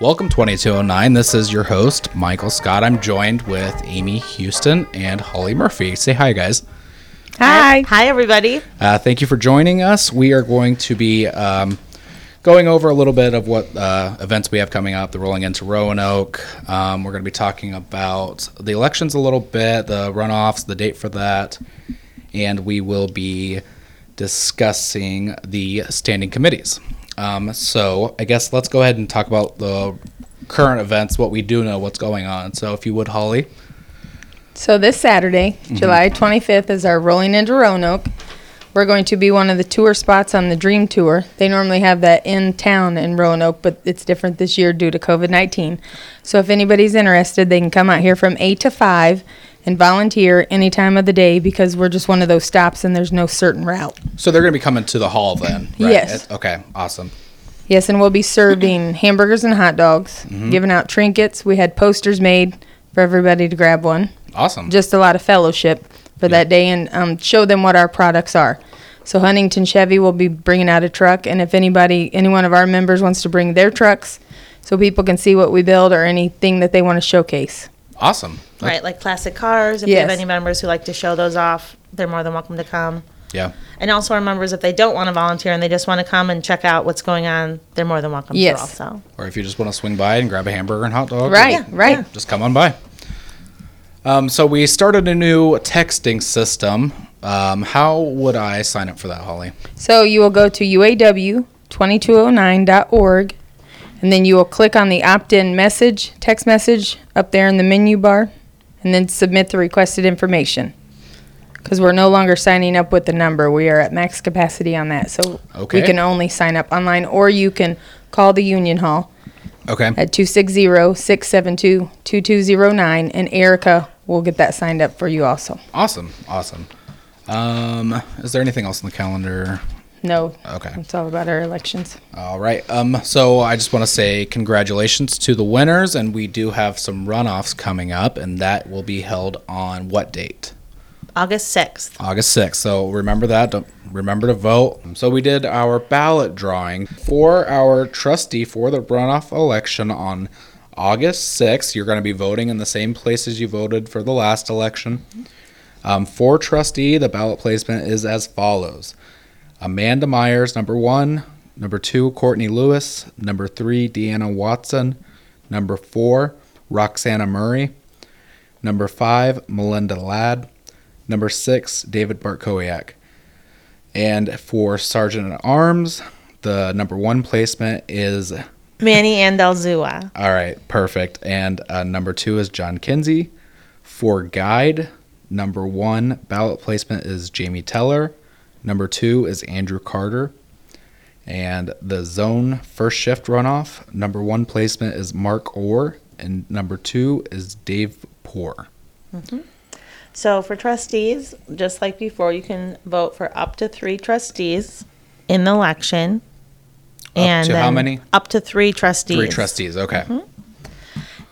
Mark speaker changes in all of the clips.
Speaker 1: Welcome 2209. This is your host, Michael Scott. I'm joined with Amy Houston and Holly Murphy. Say hi, guys.
Speaker 2: Hi.
Speaker 3: Hi, everybody.
Speaker 1: Uh, thank you for joining us. We are going to be um, going over a little bit of what uh, events we have coming up, the rolling into Roanoke. Um, we're going to be talking about the elections a little bit, the runoffs, the date for that, and we will be discussing the standing committees. Um, so I guess let's go ahead and talk about the current events, what we do know, what's going on. So if you would, Holly.
Speaker 2: So this Saturday, July 25th, is our Rolling into Roanoke. We're going to be one of the tour spots on the Dream Tour. They normally have that in town in Roanoke, but it's different this year due to COVID 19. So if anybody's interested, they can come out here from 8 to 5 and volunteer any time of the day because we're just one of those stops and there's no certain route.
Speaker 1: So they're going to be coming to the hall then, right?
Speaker 2: Yes.
Speaker 1: Okay, awesome.
Speaker 2: Yes, and we'll be serving hamburgers and hot dogs, giving out trinkets. We had posters made for everybody to grab one.
Speaker 1: Awesome.
Speaker 2: just a lot of fellowship for that day and um, show them what our products are. So Huntington Chevy will be bringing out a truck, and if anybody, any one of our members wants to bring their trucks, so people can see what we build or anything that they want to showcase.
Speaker 1: awesome.
Speaker 3: Right, like classic cars. If you have
Speaker 2: Yes.
Speaker 3: any members who like to show those off, they're more than welcome to come.
Speaker 1: Yeah.
Speaker 3: And also our members, if they don't want to volunteer and they just want to come and check out what's going on, they're more than welcome
Speaker 2: Yes.
Speaker 3: to also.
Speaker 1: Or if you just want to swing by and grab a hamburger and hot dog.
Speaker 2: Right,
Speaker 1: yeah,
Speaker 2: right.
Speaker 1: yeah, Just come on by. Um, so we started a new texting system. Um, how would I sign up for that, Holly?
Speaker 2: So you will go to uaw2209.org, and then you will click on the opt-in message, text message up there in the menu bar, and then submit the requested information. Because we're no longer signing up with the number, we are at max capacity on that. So
Speaker 1: Okay.
Speaker 2: we can only sign up online, or you can call the Union Hall
Speaker 1: Okay.
Speaker 2: at 260-672-2209, and Erica will get that signed up for you also.
Speaker 1: Awesome. Awesome. Um, is there anything else on the calendar?
Speaker 2: No,
Speaker 1: Okay.
Speaker 2: it's all about our elections.
Speaker 1: All right. Um, so I just want to say congratulations to the winners, and we do have some runoffs coming up, and that will be held on what date?
Speaker 3: August 6th.
Speaker 1: August 6th. So remember that. Don't remember to vote. So we did our ballot drawing for our trustee for the runoff election on August 6th. You're going to be voting in the same places you voted for the last election. Um, for trustee, the ballot placement is as follows Amanda Myers, number one. Number two, Courtney Lewis. Number three, Deanna Watson. Number four, Roxana Murray. Number five, Melinda Ladd. Number six, David Bartkowiak. And for Sergeant at Arms, the number one placement is
Speaker 3: Manny and Delzua.
Speaker 1: all right, perfect. And uh, number two is John Kinsey. For guide, number one ballot placement is Jamie Teller. Number two is Andrew Carter. And the zone first shift runoff, number one placement is Mark Orr. And number two is Dave Poor.
Speaker 3: So for trustees, just like before, you can vote for up to three trustees in the election.
Speaker 1: to how
Speaker 3: then
Speaker 1: many?
Speaker 3: Up to three trustees.
Speaker 1: Three trustees, okay.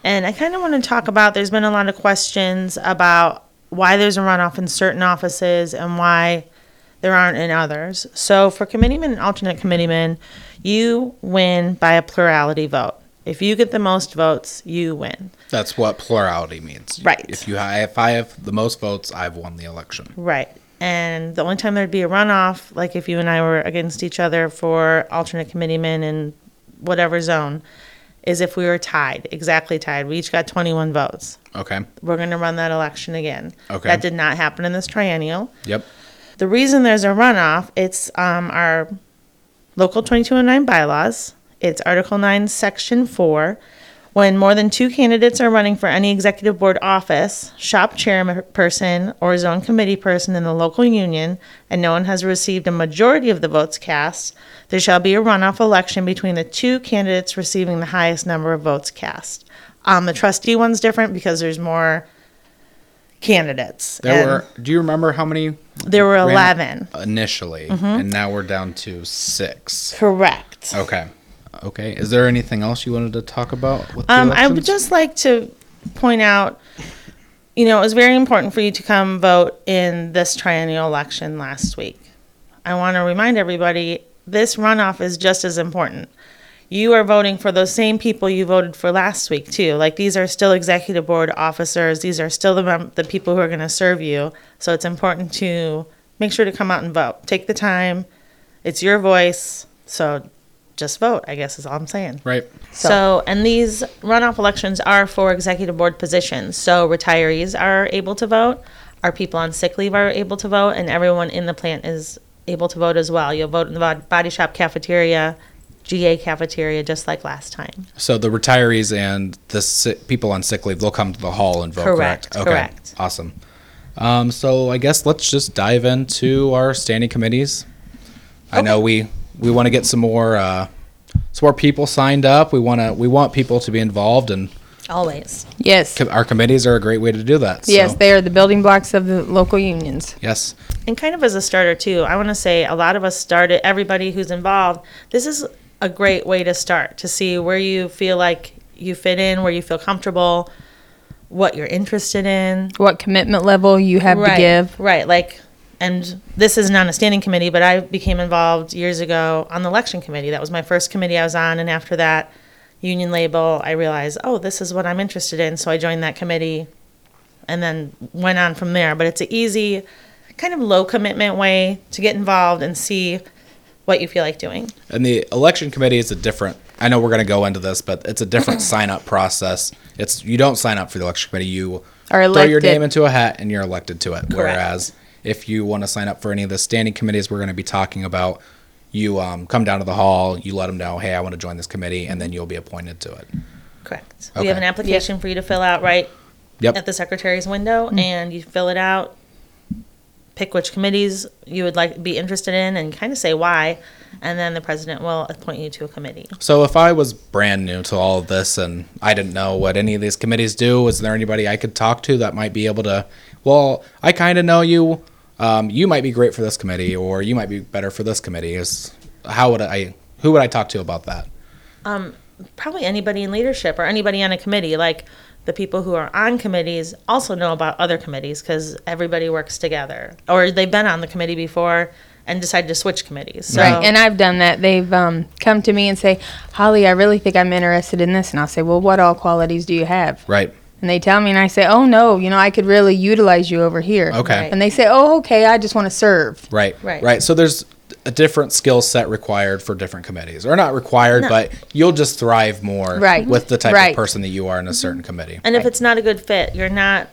Speaker 3: And I kind of want to talk about there's been a lot of questions about why there's a runoff in certain offices and why there aren't in others. So for committeemen and alternate committeemen, you win by a plurality vote. If you get the most votes, you win.
Speaker 1: That's what plurality means.
Speaker 3: Right.
Speaker 1: If you ha- if I have the most votes, I've won the election.
Speaker 3: Right. And the only time there'd be a runoff, like if you and I were against each other for alternate committeemen in whatever zone, is if we were tied, exactly tied. We each got 21 votes.
Speaker 1: Okay.
Speaker 3: We're going to run that election again.
Speaker 1: Okay.
Speaker 3: That did not happen in this triennial.
Speaker 1: Yep.
Speaker 3: The reason there's a runoff, it's um, our local 2209 bylaws. It's Article 9, Section 4. When more than two candidates are running for any executive board office, shop chairperson, or zone committee person in the local union, and no one has received a majority of the votes cast, there shall be a runoff election between the two candidates receiving the highest number of votes cast. Um, the trustee one's different because there's more candidates.
Speaker 1: There
Speaker 3: and
Speaker 1: were. Do you remember how many?
Speaker 3: there were Mm-hmm.
Speaker 1: ran
Speaker 3: 11.
Speaker 1: initially, and now we're down to six.
Speaker 3: Correct.
Speaker 1: Okay. Okay. Is there anything else you wanted to talk about? With the
Speaker 3: Um, I would
Speaker 1: elections?
Speaker 3: just like to point out, you know, it was very important for you to come vote in this triennial election last week. I want to remind everybody this runoff is just as important. you are voting for those same people you voted for last week too. Like these are still executive board officers. These are still the mem- the people who are going to serve you. So it's important to make sure to come out and vote. Take the time. It's your voice. So just vote, I guess is all I'm saying.
Speaker 1: Right.
Speaker 3: So, and these runoff elections are for executive board positions. So retirees are able to vote, our people on sick leave are able to vote, and everyone in the plant is able to vote as well. You'll vote in the bod- body shop cafeteria, GA cafeteria, just like last time.
Speaker 1: So the retirees and the si- people on sick leave, they'll come to the hall and vote. Correct.
Speaker 3: Correct, correct.
Speaker 1: Awesome. Um, so I guess let's just dive into our standing committees. I know we we want to get some more uh, some more people signed up. We want to we want people to be involved, and
Speaker 3: Always.
Speaker 2: Yes.
Speaker 1: co- our committees are a great way to do that. So,
Speaker 2: Yes, they are the building blocks of the local unions.
Speaker 1: yes.
Speaker 3: And kind of as a starter too, I want to say a lot of us started everybody who's involved. This is a great way to start to see where you feel like you fit in, where you feel comfortable, what you're interested in.
Speaker 2: What commitment level you have
Speaker 3: right,
Speaker 2: to give.
Speaker 3: Right. Like, and this isn't on a standing committee, but I became involved years ago on the election committee. That was my first committee I was on. And after that union label, I realized, oh, this is what I'm interested in. So I joined that committee and then went on from there. But it's an easy, kind of low commitment way to get involved and see what you feel like doing.
Speaker 1: And the election committee is a different. I know we're going to go into this, but it's a different sign up process. It's you don't sign up for the election committee. You
Speaker 2: Are
Speaker 1: throw your
Speaker 2: elected.
Speaker 1: name into a hat and you're elected to it. Whereas if you want to sign up for any of the standing committees we're going to be talking about, you um, come down to the hall, you let them know, hey, I want to join this committee, and then you'll be appointed to it.
Speaker 3: Correct. We have an
Speaker 1: Okay.
Speaker 3: application for you to fill out right
Speaker 1: Yep.
Speaker 3: at the secretary's window
Speaker 2: Mm.
Speaker 3: and you fill it out pick which committees you would like be interested in and kind of say why and then the president will appoint you to a committee
Speaker 1: So if I was brand new to all of this and I didn't know what any of these committees do, is there anybody I could talk to that might be able to? Well, I kind of know you. Um, you might be great for this committee, or you might be better for this committee. Is how would I? Who would I talk to about that?
Speaker 3: probably anybody in leadership or anybody on a committee like the people who are on committees also know about other committees because everybody works together or they've been on the committee before and decided to switch committees so
Speaker 2: Right. And I've done that. They've um, come to me and say, Holly, I really think I'm interested in this. And I'll say, Well, what all qualities do you have?
Speaker 1: Right.
Speaker 2: And they tell me, and I say, Oh, no, you know, I could really utilize you over here.
Speaker 1: Okay.
Speaker 3: Right.
Speaker 2: And they say, Oh, okay, I just want to serve.
Speaker 1: Right.
Speaker 3: Right.
Speaker 1: Right. So there's a different skill set required for different committees, or not required, but you'll just thrive more
Speaker 2: Right.
Speaker 1: with the type
Speaker 2: Right. Mm-hmm.
Speaker 1: of person that you are in a certain committee.
Speaker 3: and if it's not a good fit you're not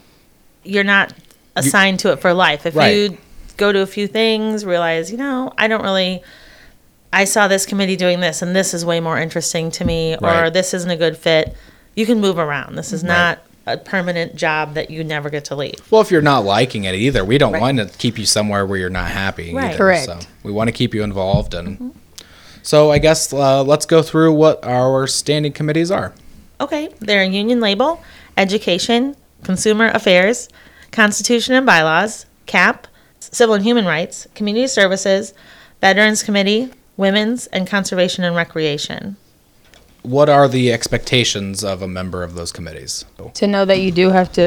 Speaker 3: you're not assigned to it for life if
Speaker 1: Right.
Speaker 3: you go to a few things realize you know i don't really i saw this committee doing this and this is way more interesting to me or
Speaker 1: Right.
Speaker 3: this isn't a good fit you can move around this is not a permanent job that you never get to leave
Speaker 1: Well, if you're not liking it either, we don't want to keep you somewhere where you're not happy.
Speaker 3: Right.
Speaker 1: Either,
Speaker 2: Correct.
Speaker 1: So we want to keep you involved, and so I guess uh, let's go through what our standing committees are.
Speaker 3: okay they're union label education consumer affairs constitution and bylaws cap civil and human rights community services veterans committee women's and conservation and recreation
Speaker 1: What are the expectations of a member of those committees?
Speaker 2: To know that you do have to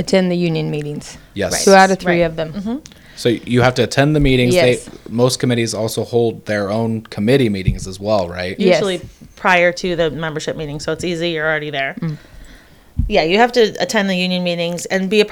Speaker 2: attend the union meetings.
Speaker 1: Yes.
Speaker 2: Two out of three
Speaker 3: Right. Mm-hmm.
Speaker 2: of them.
Speaker 1: So you have to attend the meetings.
Speaker 2: Yes.
Speaker 1: They, most committees also hold their own committee meetings as well, right?
Speaker 2: Yes.
Speaker 3: usually prior to the membership meeting, so it's easy. You're already there. Yeah, you have to attend the union meetings and be a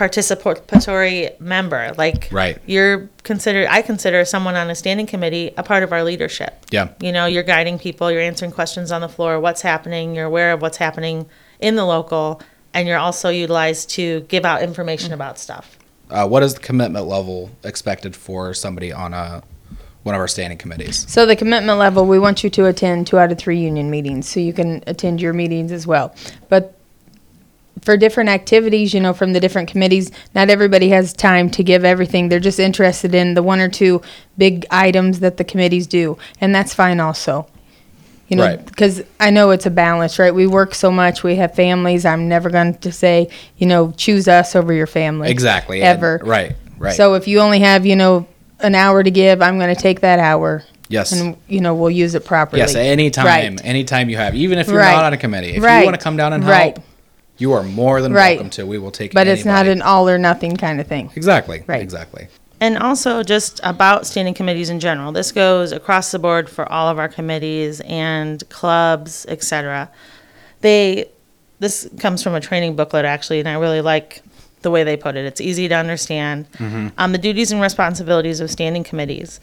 Speaker 3: participatory member. Like,
Speaker 1: Right.
Speaker 3: You're considered. I consider someone on a standing committee a part of our leadership.
Speaker 1: Yeah.
Speaker 3: You know, you're guiding people. You're answering questions on the floor. What's happening? You're aware of what's happening in the local, and you're also utilized to give out information about stuff.
Speaker 1: Uh, what is the commitment level expected for somebody on a one of our standing committees?
Speaker 2: So the commitment level, we want you to attend two out of three union meetings, so you can attend your meetings as well. But for different activities, you know, from the different committees, not everybody has time to give everything. They're just interested in the one or two big items that the committees do, and that's fine also. You know,
Speaker 1: Right.
Speaker 2: because I know it's a balance, right? We work so much, we have families. I'm never going to say, you know, choose us over your family.
Speaker 1: Exactly. and-
Speaker 2: Ever.
Speaker 1: right. Right.
Speaker 2: So if you only have, you know, an hour to give, I'm going to take that hour.
Speaker 1: Yes.
Speaker 2: And, you know, we'll use it properly.
Speaker 1: Yes, anytime,
Speaker 2: Right.
Speaker 1: anytime you have, even if you're
Speaker 2: Right.
Speaker 1: not on a committee, if you
Speaker 2: Right.
Speaker 1: want to come down and
Speaker 2: Right.
Speaker 1: help, you are more than
Speaker 2: Right.
Speaker 1: welcome to. We will take.
Speaker 2: But it's not
Speaker 1: anybody.
Speaker 2: an all or nothing kind of thing.
Speaker 1: exactly
Speaker 2: Right.
Speaker 1: exactly.
Speaker 3: And also just about standing committees in general. This goes across the board for all of our committees and clubs, etc. They this comes from a training booklet actually, and I really like the way they put it. It's easy to understand. Um, the duties and responsibilities of standing committees.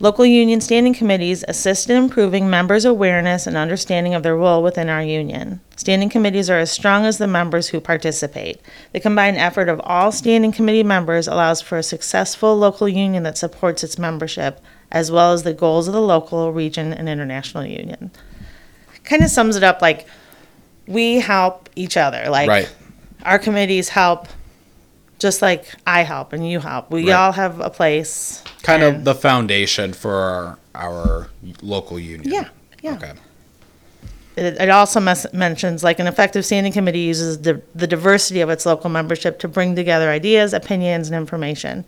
Speaker 3: Local union standing committees assist in improving members' awareness and understanding of their role within our union. Standing committees are as strong as the members who participate. The combined effort of all standing committee members allows for a successful local union that supports its membership, as well as the goals of the local, region, and international union. Kind of sums it up like we help each other. Like
Speaker 1: Right.
Speaker 3: our committees help, just like I help and you help. We
Speaker 1: Right.
Speaker 3: all have a place.
Speaker 1: Kind
Speaker 3: and-
Speaker 1: of the foundation for our, our local union.
Speaker 3: Yeah, yeah.
Speaker 1: Okay.
Speaker 3: It, it also mes- mentions like an effective standing committee uses the, the diversity of its local membership to bring together ideas, opinions, and information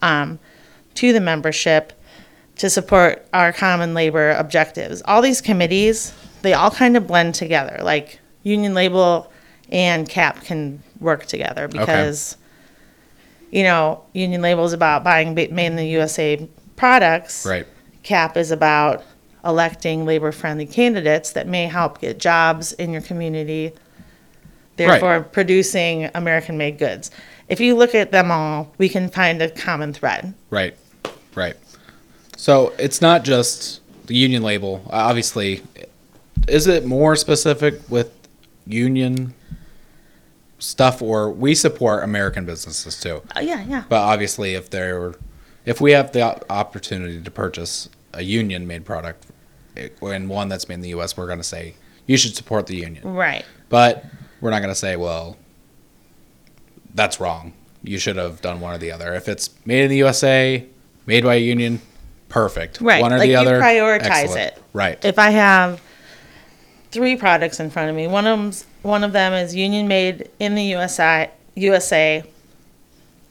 Speaker 3: um, to the membership to support our common labor objectives. All these committees, they all kind of blend together. Like Union Label and CAP can work together because you know, Union Label is about buying ba- made in the USA products.
Speaker 1: Right.
Speaker 3: CAP is about electing labor friendly candidates that may help get jobs in your community, therefore producing American made goods. If you look at them all, we can find a common thread.
Speaker 1: Right, right. So it's not just the union label, uh, obviously. Is it more specific with union stuff, or we support American businesses too?
Speaker 3: Uh, yeah, yeah.
Speaker 1: But obviously, if they're if we have the op- opportunity to purchase a union made product eh, and one that's made in the U.S., we're going to say you should support the union.
Speaker 3: Right.
Speaker 1: But we're not going to say, well, that's wrong. You should have done one or the other. If it's made in the USA, made by a union, perfect.
Speaker 3: Right,
Speaker 1: One or
Speaker 3: like
Speaker 1: the
Speaker 3: you
Speaker 1: other.
Speaker 3: prioritize
Speaker 1: excellent.
Speaker 3: it.
Speaker 1: Right.
Speaker 3: If I have three products in front of me, one of them's, one of them is union made in the USA. USA.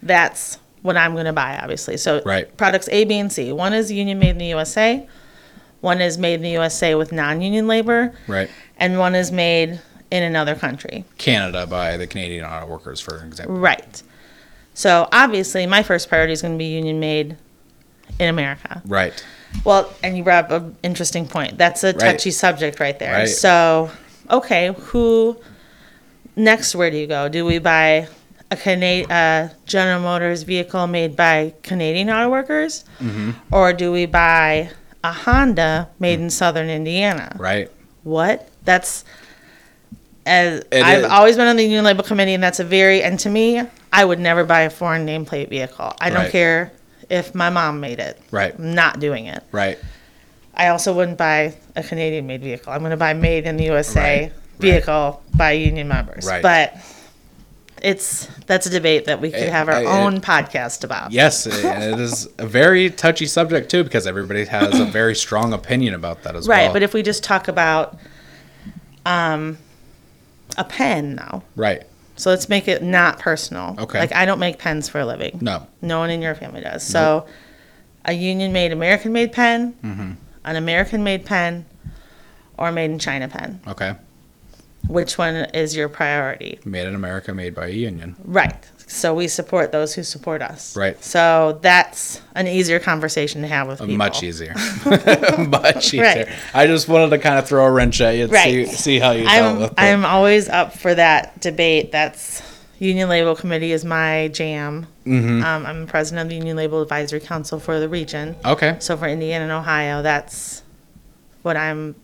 Speaker 3: That's what I'm going to buy, obviously. So
Speaker 1: Right.
Speaker 3: products A, B, and C. One is union made in the USA. One is made in the USA with non-union labor,
Speaker 1: right.
Speaker 3: and one is made in another country.
Speaker 1: Canada by the Canadian Auto Workers, for example.
Speaker 3: Right. So obviously, my first priority is going to be union made in America.
Speaker 1: Right.
Speaker 3: Well, and you brought up an interesting point. That's a
Speaker 1: Right.
Speaker 3: touchy subject right there.
Speaker 1: Right.
Speaker 3: So, okay, who next? Where do you go? Do we buy a Cana- uh, General Motors vehicle made by Canadian auto workers,
Speaker 1: Mm-hmm.
Speaker 3: or do we buy a Honda made in Southern Indiana?
Speaker 1: Mm. Right.
Speaker 3: What? That's as
Speaker 1: It
Speaker 3: I've
Speaker 1: is.
Speaker 3: always been on the Union Label Committee, and that's a very and to me, I would never buy a foreign nameplate vehicle. I don't
Speaker 1: Right.
Speaker 3: care if my mom made it.
Speaker 1: Right.
Speaker 3: I'm not doing it.
Speaker 1: Right.
Speaker 3: I also wouldn't buy a Canadian made vehicle. I'm going to buy made in the USA
Speaker 1: Right,
Speaker 3: vehicle by union members.
Speaker 1: Right.
Speaker 3: But it's that's a debate that we could
Speaker 1: Eh,
Speaker 3: have our
Speaker 1: eh,
Speaker 3: own podcast about.
Speaker 1: Yes, and it is a very touchy subject too, because everybody has a very strong opinion about that as
Speaker 3: Right.
Speaker 1: well.
Speaker 3: But if we just talk about um, a pen now,
Speaker 1: right,
Speaker 3: so let's make it not personal.
Speaker 1: Okay.
Speaker 3: Like I don't make pens for a living.
Speaker 1: no,
Speaker 3: No one in your family does. So a union made American made pen,
Speaker 1: Mm-hmm.
Speaker 3: an American made pen, or made in China pen.
Speaker 1: okay,
Speaker 3: Which one is your priority?
Speaker 1: made in America, made by a union.
Speaker 3: Right. So we support those who support us.
Speaker 1: Right.
Speaker 3: So that's an easier conversation to have with people.
Speaker 1: Much easier. Much easier.
Speaker 3: Right.
Speaker 1: I just wanted to kind of throw a wrench at you and see,
Speaker 3: Right.
Speaker 1: see how you dealt
Speaker 3: I'm
Speaker 1: with it.
Speaker 3: I'm always up for that debate. That's Union Label Committee is my jam.
Speaker 1: Mm-hmm.
Speaker 3: Um, I'm president of the Union Label Advisory Council for the region.
Speaker 1: Okay.
Speaker 3: So for Indiana and Ohio, that's what I'm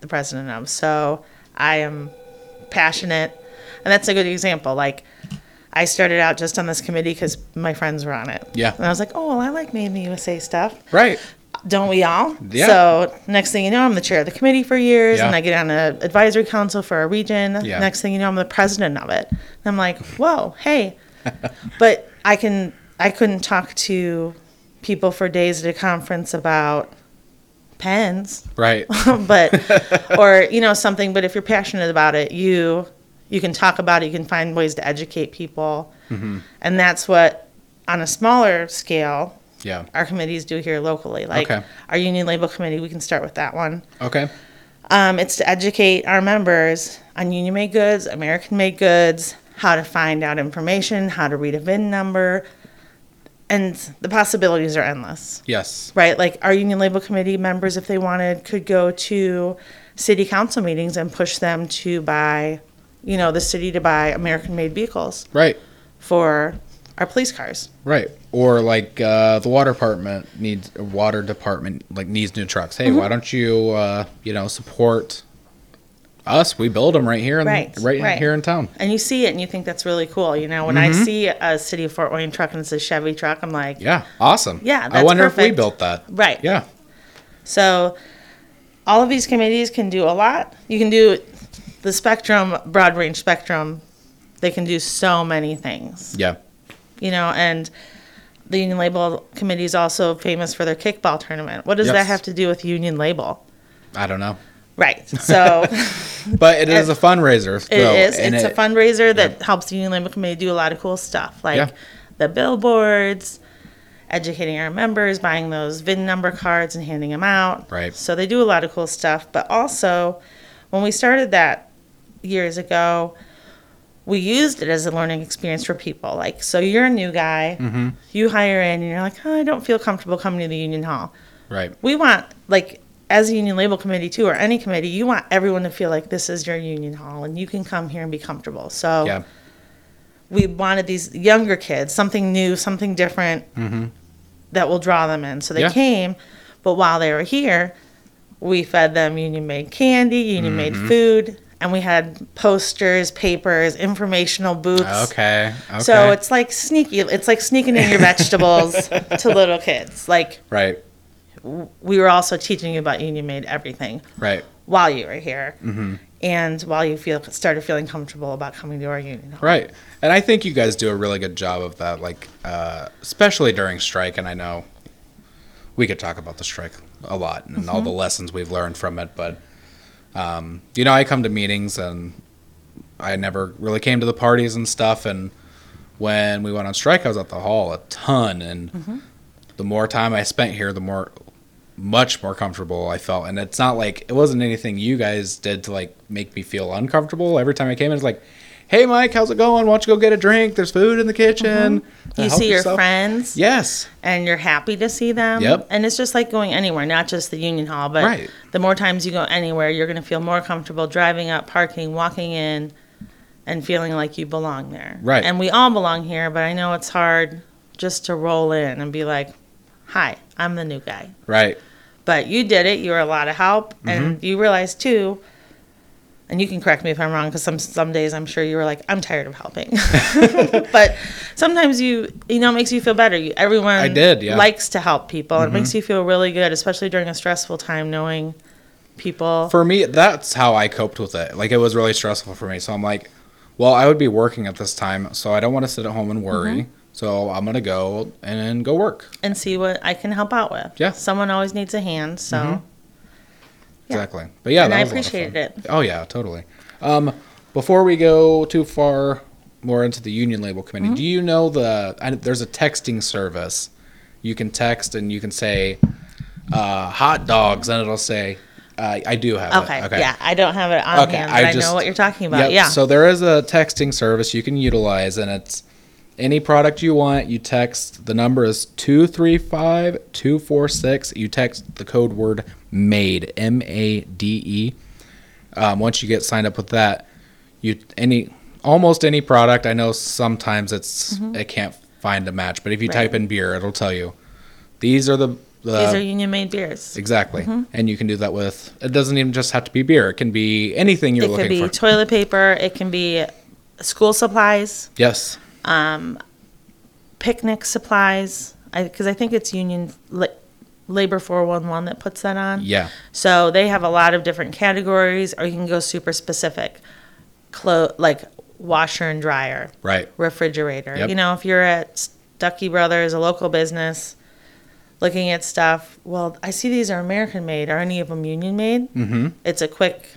Speaker 3: the president of. So I am passionate, and that's a good example. Like I started out just on this committee because my friends were on it.
Speaker 1: Yeah.
Speaker 3: and I was like, oh, well, I like Made in the USA stuff.
Speaker 1: Right.
Speaker 3: Don't we all?
Speaker 1: Yeah.
Speaker 3: So next thing you know, I'm the chair of the committee for years, and
Speaker 1: Yeah.
Speaker 3: I get on an advisory council for a region.
Speaker 1: Yeah.
Speaker 3: Next thing you know, I'm the president of it. And I'm like, whoa, hey. but I can I couldn't talk to people for days at a conference about pens,
Speaker 1: Right.
Speaker 3: but or you know something. But if you're passionate about it, you you can talk about it. You can find ways to educate people,
Speaker 1: Mm-hmm.
Speaker 3: and that's what on a smaller scale
Speaker 1: Yeah.
Speaker 3: our committees do here locally. Like
Speaker 1: Okay.
Speaker 3: our union label committee, we can start with that one.
Speaker 1: Okay.
Speaker 3: Um, it's to educate our members on union made goods, American made goods, how to find out information, how to read a VIN number, and the possibilities are endless,
Speaker 1: Yes.
Speaker 3: right? Like our union labor committee members, if they wanted, could go to city council meetings and push them to buy, you know, the city to buy American made vehicles
Speaker 1: Right.
Speaker 3: for our police cars.
Speaker 1: Right. Or like uh, the water department needs water department like needs new trucks. Hey,
Speaker 3: Mm-hmm.
Speaker 1: why don't you uh, you know support us? We build them right here in
Speaker 3: Right,
Speaker 1: right,
Speaker 3: right.
Speaker 1: here in town.
Speaker 3: And you see it and you think that's really cool. You know, when I see a city of Fort Wayne truck and it's a Chevy truck, I'm like,
Speaker 1: Mm-hmm. Yeah. Awesome.
Speaker 3: Yeah,
Speaker 1: I
Speaker 3: that's
Speaker 1: wonder if we
Speaker 3: perfect.
Speaker 1: built that.
Speaker 3: right.
Speaker 1: Yeah.
Speaker 3: So all of these committees can do a lot. You can do the spectrum, broad range spectrum. They can do so many things,
Speaker 1: Yeah.
Speaker 3: you know, and the Union Label Committee is also famous for their kickball tournament. What does
Speaker 1: Yes.
Speaker 3: that have to do with Union Label?
Speaker 1: I don't know.
Speaker 3: Right. So
Speaker 1: But it is a fundraiser.
Speaker 3: it is.
Speaker 1: and
Speaker 3: It's
Speaker 1: it-
Speaker 3: a fundraiser that helps the Union Label Committee do a lot of cool stuff like
Speaker 1: Yeah.
Speaker 3: the billboards, educating our members, buying those VIN number cards and handing them out.
Speaker 1: Right.
Speaker 3: So they do a lot of cool stuff. But also, when we started that years ago, we used it as a learning experience for people. Like, so you're a new guy,
Speaker 1: Mm-hmm.
Speaker 3: you hire in, and you're like, oh, I don't feel comfortable coming to the Union Hall
Speaker 1: Right.
Speaker 3: we want like as a union label committee too or any committee you want everyone to feel like this is your union hall and you can come here and be comfortable so
Speaker 1: Yeah.
Speaker 3: we wanted these younger kids something new something different that will draw them in so they
Speaker 1: Mm-hmm. Yeah.
Speaker 3: came but while they were here we fed them union made candy union made
Speaker 1: Mm-hmm.
Speaker 3: food and we had posters papers informational booths
Speaker 1: Okay. Okay.
Speaker 3: so it's like sneaky it's like sneaking in your vegetables to little kids like
Speaker 1: right.
Speaker 3: we were also teaching you about union made everything
Speaker 1: Right.
Speaker 3: while you were here
Speaker 1: Mm-hmm.
Speaker 3: and while you feel started feeling comfortable about coming to our union hall.
Speaker 1: Right. And I think you guys do a really good job of that, like, uh, especially during strike. And I know we could talk about the strike a lot and all the lessons we've learned from it. But, um, you know, I come to meetings and I never really came to the parties and stuff. And when we went on strike, I was at the hall a ton. And
Speaker 3: Mm-hmm.
Speaker 1: the more time I spent here, the more much more comfortable I felt. And it's not like it wasn't anything you guys did to like make me feel uncomfortable. Every time I came in, it's like, hey, Mike, how's it going? Why don't you go get a drink? There's food in the kitchen. Uh,
Speaker 3: Mm-hmm. You
Speaker 1: help
Speaker 3: see your
Speaker 1: yourself."
Speaker 3: friends
Speaker 1: Yes.
Speaker 3: and you're happy to see them.
Speaker 1: Yep.
Speaker 3: And it's just like going anywhere, not just the union hall, but
Speaker 1: Right.
Speaker 3: the more times you go anywhere, you're going to feel more comfortable driving up, parking, walking in, and feeling like you belong there.
Speaker 1: Right.
Speaker 3: And we all belong here, but I know it's hard just to roll in and be like, hi, I'm the new guy.
Speaker 1: Right.
Speaker 3: but you did it. You were a lot of help,
Speaker 1: Mm-hmm.
Speaker 3: and you realized too. And you can correct me if I'm wrong, because some some days I'm sure you were like, I'm tired of helping. but sometimes you you know it makes you feel better. You, everyone
Speaker 1: I did, yeah. Mm-hmm.
Speaker 3: likes to help people. It makes you feel really good, especially during a stressful time, knowing people.
Speaker 1: For me, that's how I coped with it. Like, it was really stressful for me. So I'm like, well, I would be working at this time. So I don't want to sit at home and worry.
Speaker 3: Mm-hmm.
Speaker 1: So I'm going to go and go work.
Speaker 3: and see what I can help out with.
Speaker 1: Yeah.
Speaker 3: someone always needs a hand, so
Speaker 1: Exactly. But yeah,
Speaker 3: and
Speaker 1: that
Speaker 3: I
Speaker 1: was a lot of fun.
Speaker 3: appreciated it.
Speaker 1: Oh yeah, totally. Um, before we go too far more into the union label committee,
Speaker 3: Mm-hmm.
Speaker 1: do you know the I, there's a texting service you can text and you can say uh, hot dogs and it'll say uh, I do have
Speaker 3: Okay,
Speaker 1: it.
Speaker 3: yeah, I don't have it on
Speaker 1: Okay,
Speaker 3: hand,
Speaker 1: I
Speaker 3: but I,
Speaker 1: just-
Speaker 3: know what you're talking about.
Speaker 1: Yep,
Speaker 3: Yeah,
Speaker 1: So there is a texting service you can utilize, and it's any product you want. You text, the number is 235 246. You text the code word MADE, M A D E. Um, once you get signed up with that, you any almost any product. I know sometimes it's
Speaker 3: Mm-hmm.
Speaker 1: it can't find a match, but if you type in beer, it'll tell you these are the, the
Speaker 3: these are union made beers.
Speaker 1: exactly, and you can do that with. It doesn't even just have to be beer. It can be anything you're
Speaker 3: it
Speaker 1: looking
Speaker 3: could be
Speaker 1: for.
Speaker 3: toilet paper it can be school supplies
Speaker 1: yes.
Speaker 3: picnic supplies because I, think it's union La- labor 411 that puts that on
Speaker 1: Yeah.
Speaker 3: so they have a lot of different categories or you can go super specific Clo- like washer and dryer
Speaker 1: Right.
Speaker 3: refrigerator
Speaker 1: Yep.
Speaker 3: you know if you're at ducky brothers a local business looking at stuff well i see these are american made are any of them union made mm-hmm. it's a quick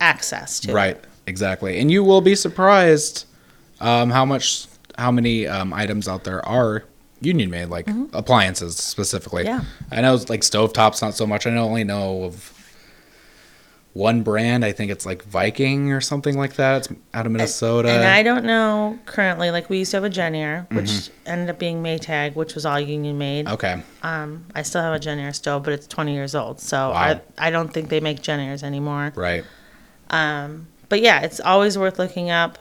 Speaker 3: access to it.
Speaker 1: Right. Exactly. And you will be surprised um, how much, how many um, items out there are union made, like appliances specifically.
Speaker 3: Mm-hmm. Yeah.
Speaker 1: I know like stovetops, not so much. I know- only know of one brand. I think it's like Viking or something like that. It's out of Minnesota.
Speaker 3: And I don't know currently, like we used to have a Gen Air, which ended up being Maytag, which was all union made.
Speaker 1: Mm-hmm. okay.
Speaker 3: Um, I still have a Gen Air stove, but it's 20 years old. So
Speaker 1: Wow.
Speaker 3: I, I don't think they make Gen Airs anymore.
Speaker 1: Right.
Speaker 3: But yeah, it's always worth looking up.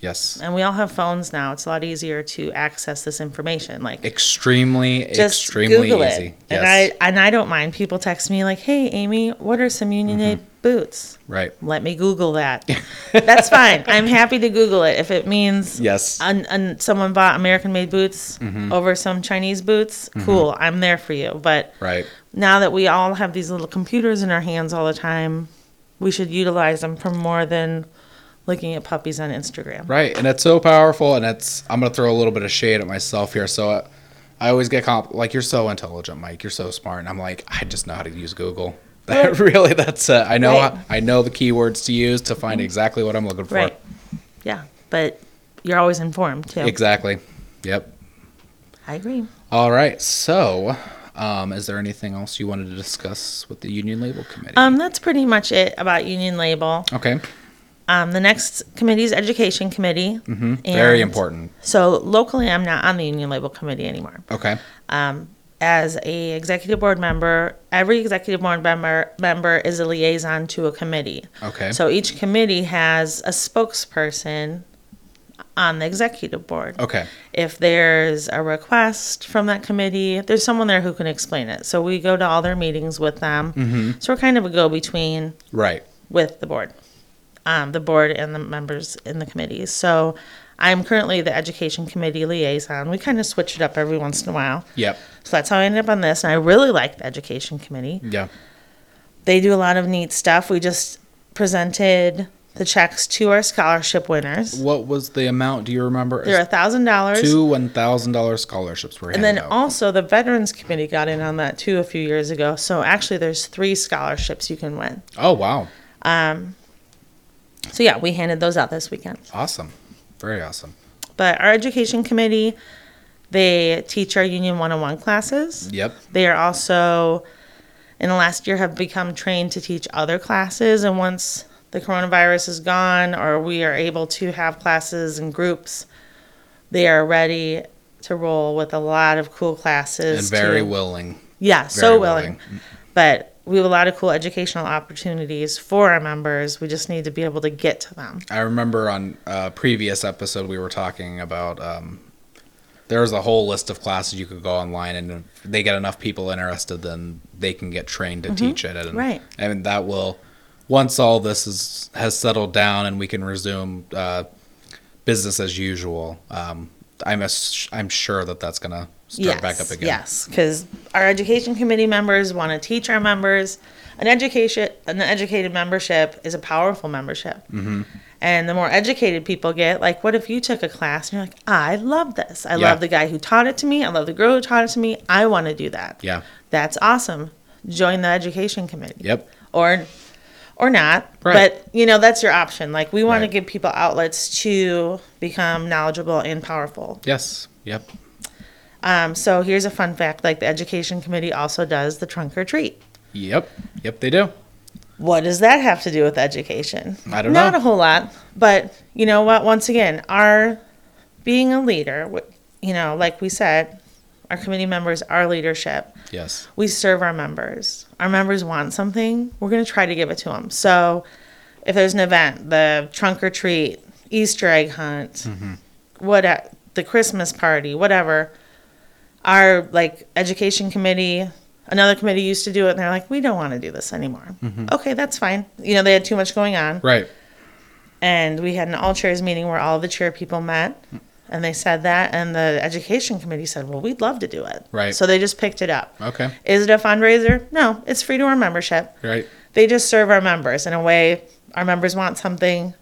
Speaker 1: Yes.
Speaker 3: And we all have phones now. It's a lot easier to access this information. Like
Speaker 1: Extremely,
Speaker 3: just
Speaker 1: E-, extremely
Speaker 3: Google
Speaker 1: easy.
Speaker 3: it. And I and I don't mind. People text me like, "Hey, Amy, what are some union
Speaker 1: Mm-hmm.
Speaker 3: made boots?"
Speaker 1: right.
Speaker 3: Let me Google that. That's fine. I'm happy to Google it if it means
Speaker 1: Yes. Mm-hmm.
Speaker 3: an, an, someone bought American made boots over some Chinese boots, cool, I'm there for you. But
Speaker 1: right.
Speaker 3: now that we all have these little computers in our hands all the time, we should utilize them for more than looking at puppies on Instagram.
Speaker 1: Right, and it's so powerful, and it's. I'm gonna throw a little bit of shade at myself here. So, I, I always get comp like you're so intelligent, Mike. You're so smart, and I'm like, I just know how to use Google. That really, that's it. I know.
Speaker 3: Right. Mm-hmm.
Speaker 1: I know the keywords to use to find exactly what I'm looking for.
Speaker 3: Right. Yeah. But you're always informed too.
Speaker 1: Exactly. Yep.
Speaker 3: I agree.
Speaker 1: All right. So, um, is there anything else you wanted to discuss with the union label committee?
Speaker 3: Um, that's pretty much it about Union Label.
Speaker 1: okay.
Speaker 3: Um, the next committee is Education Committee. Mm-hmm.
Speaker 1: Very important.
Speaker 3: So locally, I'm not on the Union Label Committee anymore.
Speaker 1: Okay.
Speaker 3: um, as a executive board member, every executive board member member is a liaison to a committee.
Speaker 1: Okay.
Speaker 3: So each committee has a spokesperson on the executive board.
Speaker 1: Okay.
Speaker 3: If there's a request from that committee, there's someone there who can explain it. So we go to all their meetings with them.
Speaker 1: Mm-hmm.
Speaker 3: So we're kind of a go between
Speaker 1: Right.
Speaker 3: with the board, um, the board and the members in the committees. So I'm currently the education committee liaison. We kind of switch it up every once in a while.
Speaker 1: Yep.
Speaker 3: So that's how I ended up on this. And I really like the education committee.
Speaker 1: Yeah.
Speaker 3: They do a lot of neat stuff. We just presented the checks to our scholarship winners.
Speaker 1: What was the amount? Do you remember?
Speaker 3: They're a thousand dollars.
Speaker 1: Two one thousand dollars scholarships were
Speaker 3: And
Speaker 1: handed
Speaker 3: then
Speaker 1: out.
Speaker 3: also the veterans committee got in on that too a few years ago. So actually there's three scholarships you can win.
Speaker 1: Oh wow.
Speaker 3: So yeah, we handed those out this weekend.
Speaker 1: Awesome. Very awesome.
Speaker 3: But our education committee, they teach our union one-on-one classes.
Speaker 1: Yep.
Speaker 3: They are also, in the last year, have become trained to teach other classes. And once the coronavirus is gone or we are able to have classes in groups, they are ready to roll with a lot of cool
Speaker 1: And
Speaker 3: classes.
Speaker 1: very
Speaker 3: to-
Speaker 1: willing.
Speaker 3: Yeah,
Speaker 1: very
Speaker 3: so
Speaker 1: Mm-hmm.
Speaker 3: willing. But we have a lot of cool educational opportunities for our members. We just need to be able to get to them.
Speaker 1: I remember on a previous episode we were talking about um, there was a whole list of classes you could go online, and if they get enough people interested, then they can get trained to teach it. And,
Speaker 3: Mm-hmm. Right.
Speaker 1: And that will, once all this is has settled down and we can resume uh, business as usual, um, I'm a, I'm sure that that's gonna start back up again.
Speaker 3: Yes, because our education committee members want to teach our members. An education, an educated membership is a powerful membership. Mm-hmm. And the more educated people get, like, what if you took a class and you're like, I love this. I
Speaker 1: Yeah.
Speaker 3: love the guy who taught it to me. I love the girl who taught it to me. I want to do that.
Speaker 1: Yeah.
Speaker 3: that's awesome. Join the education committee.
Speaker 1: Yep.
Speaker 3: Or, or not.
Speaker 1: Right.
Speaker 3: But you know that's your option. Like we want
Speaker 1: Right.
Speaker 3: to give people outlets to become knowledgeable and powerful.
Speaker 1: Yes. Yep.
Speaker 3: Um, so here's a fun fact: like the education committee also does the trunk or treat.
Speaker 1: Yep. Yep. They do.
Speaker 3: What does that have to do with education?
Speaker 1: I don't
Speaker 3: Not
Speaker 1: know.
Speaker 3: a whole lot, but you know what? Once again, our being a leader, wh- you know, like we said, our committee members are leadership.
Speaker 1: Yes.
Speaker 3: We serve our members. Our members want something. We're going to try to give it to them. So if there's an event, the trunk or treat, Easter egg hunt,
Speaker 1: Mm-hmm.
Speaker 3: what at the Christmas party, whatever, our like education committee, another committee used to do it and they're like, we don't want to do this anymore. Okay, that's fine. You know, they had too much going on.
Speaker 1: Mm-hmm. Right.
Speaker 3: And we had an all chairs meeting where all the chair people met
Speaker 1: Mm.
Speaker 3: and they said that and the education committee said, well, we'd love to do it.
Speaker 1: Right.
Speaker 3: So they just picked it up.
Speaker 1: Okay.
Speaker 3: Is it a fundraiser? No, it's free to our membership.
Speaker 1: Right.
Speaker 3: They just serve our members in a way our members want something.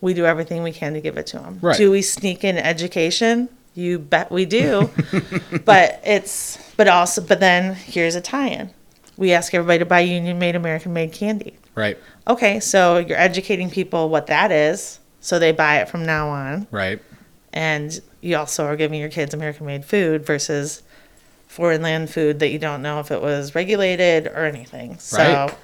Speaker 3: We do everything we can to give it to them.
Speaker 1: Right.
Speaker 3: Do we sneak in education? You bet we do. but it's but also but then here's a tie-in. We ask everybody to buy union made American made candy.
Speaker 1: Right.
Speaker 3: Okay, so you're educating people what that is, so they buy it from now on
Speaker 1: Right.
Speaker 3: and you also are giving your kids American made food versus foreign land food that you don't know if it was regulated or anything. So
Speaker 1: Right.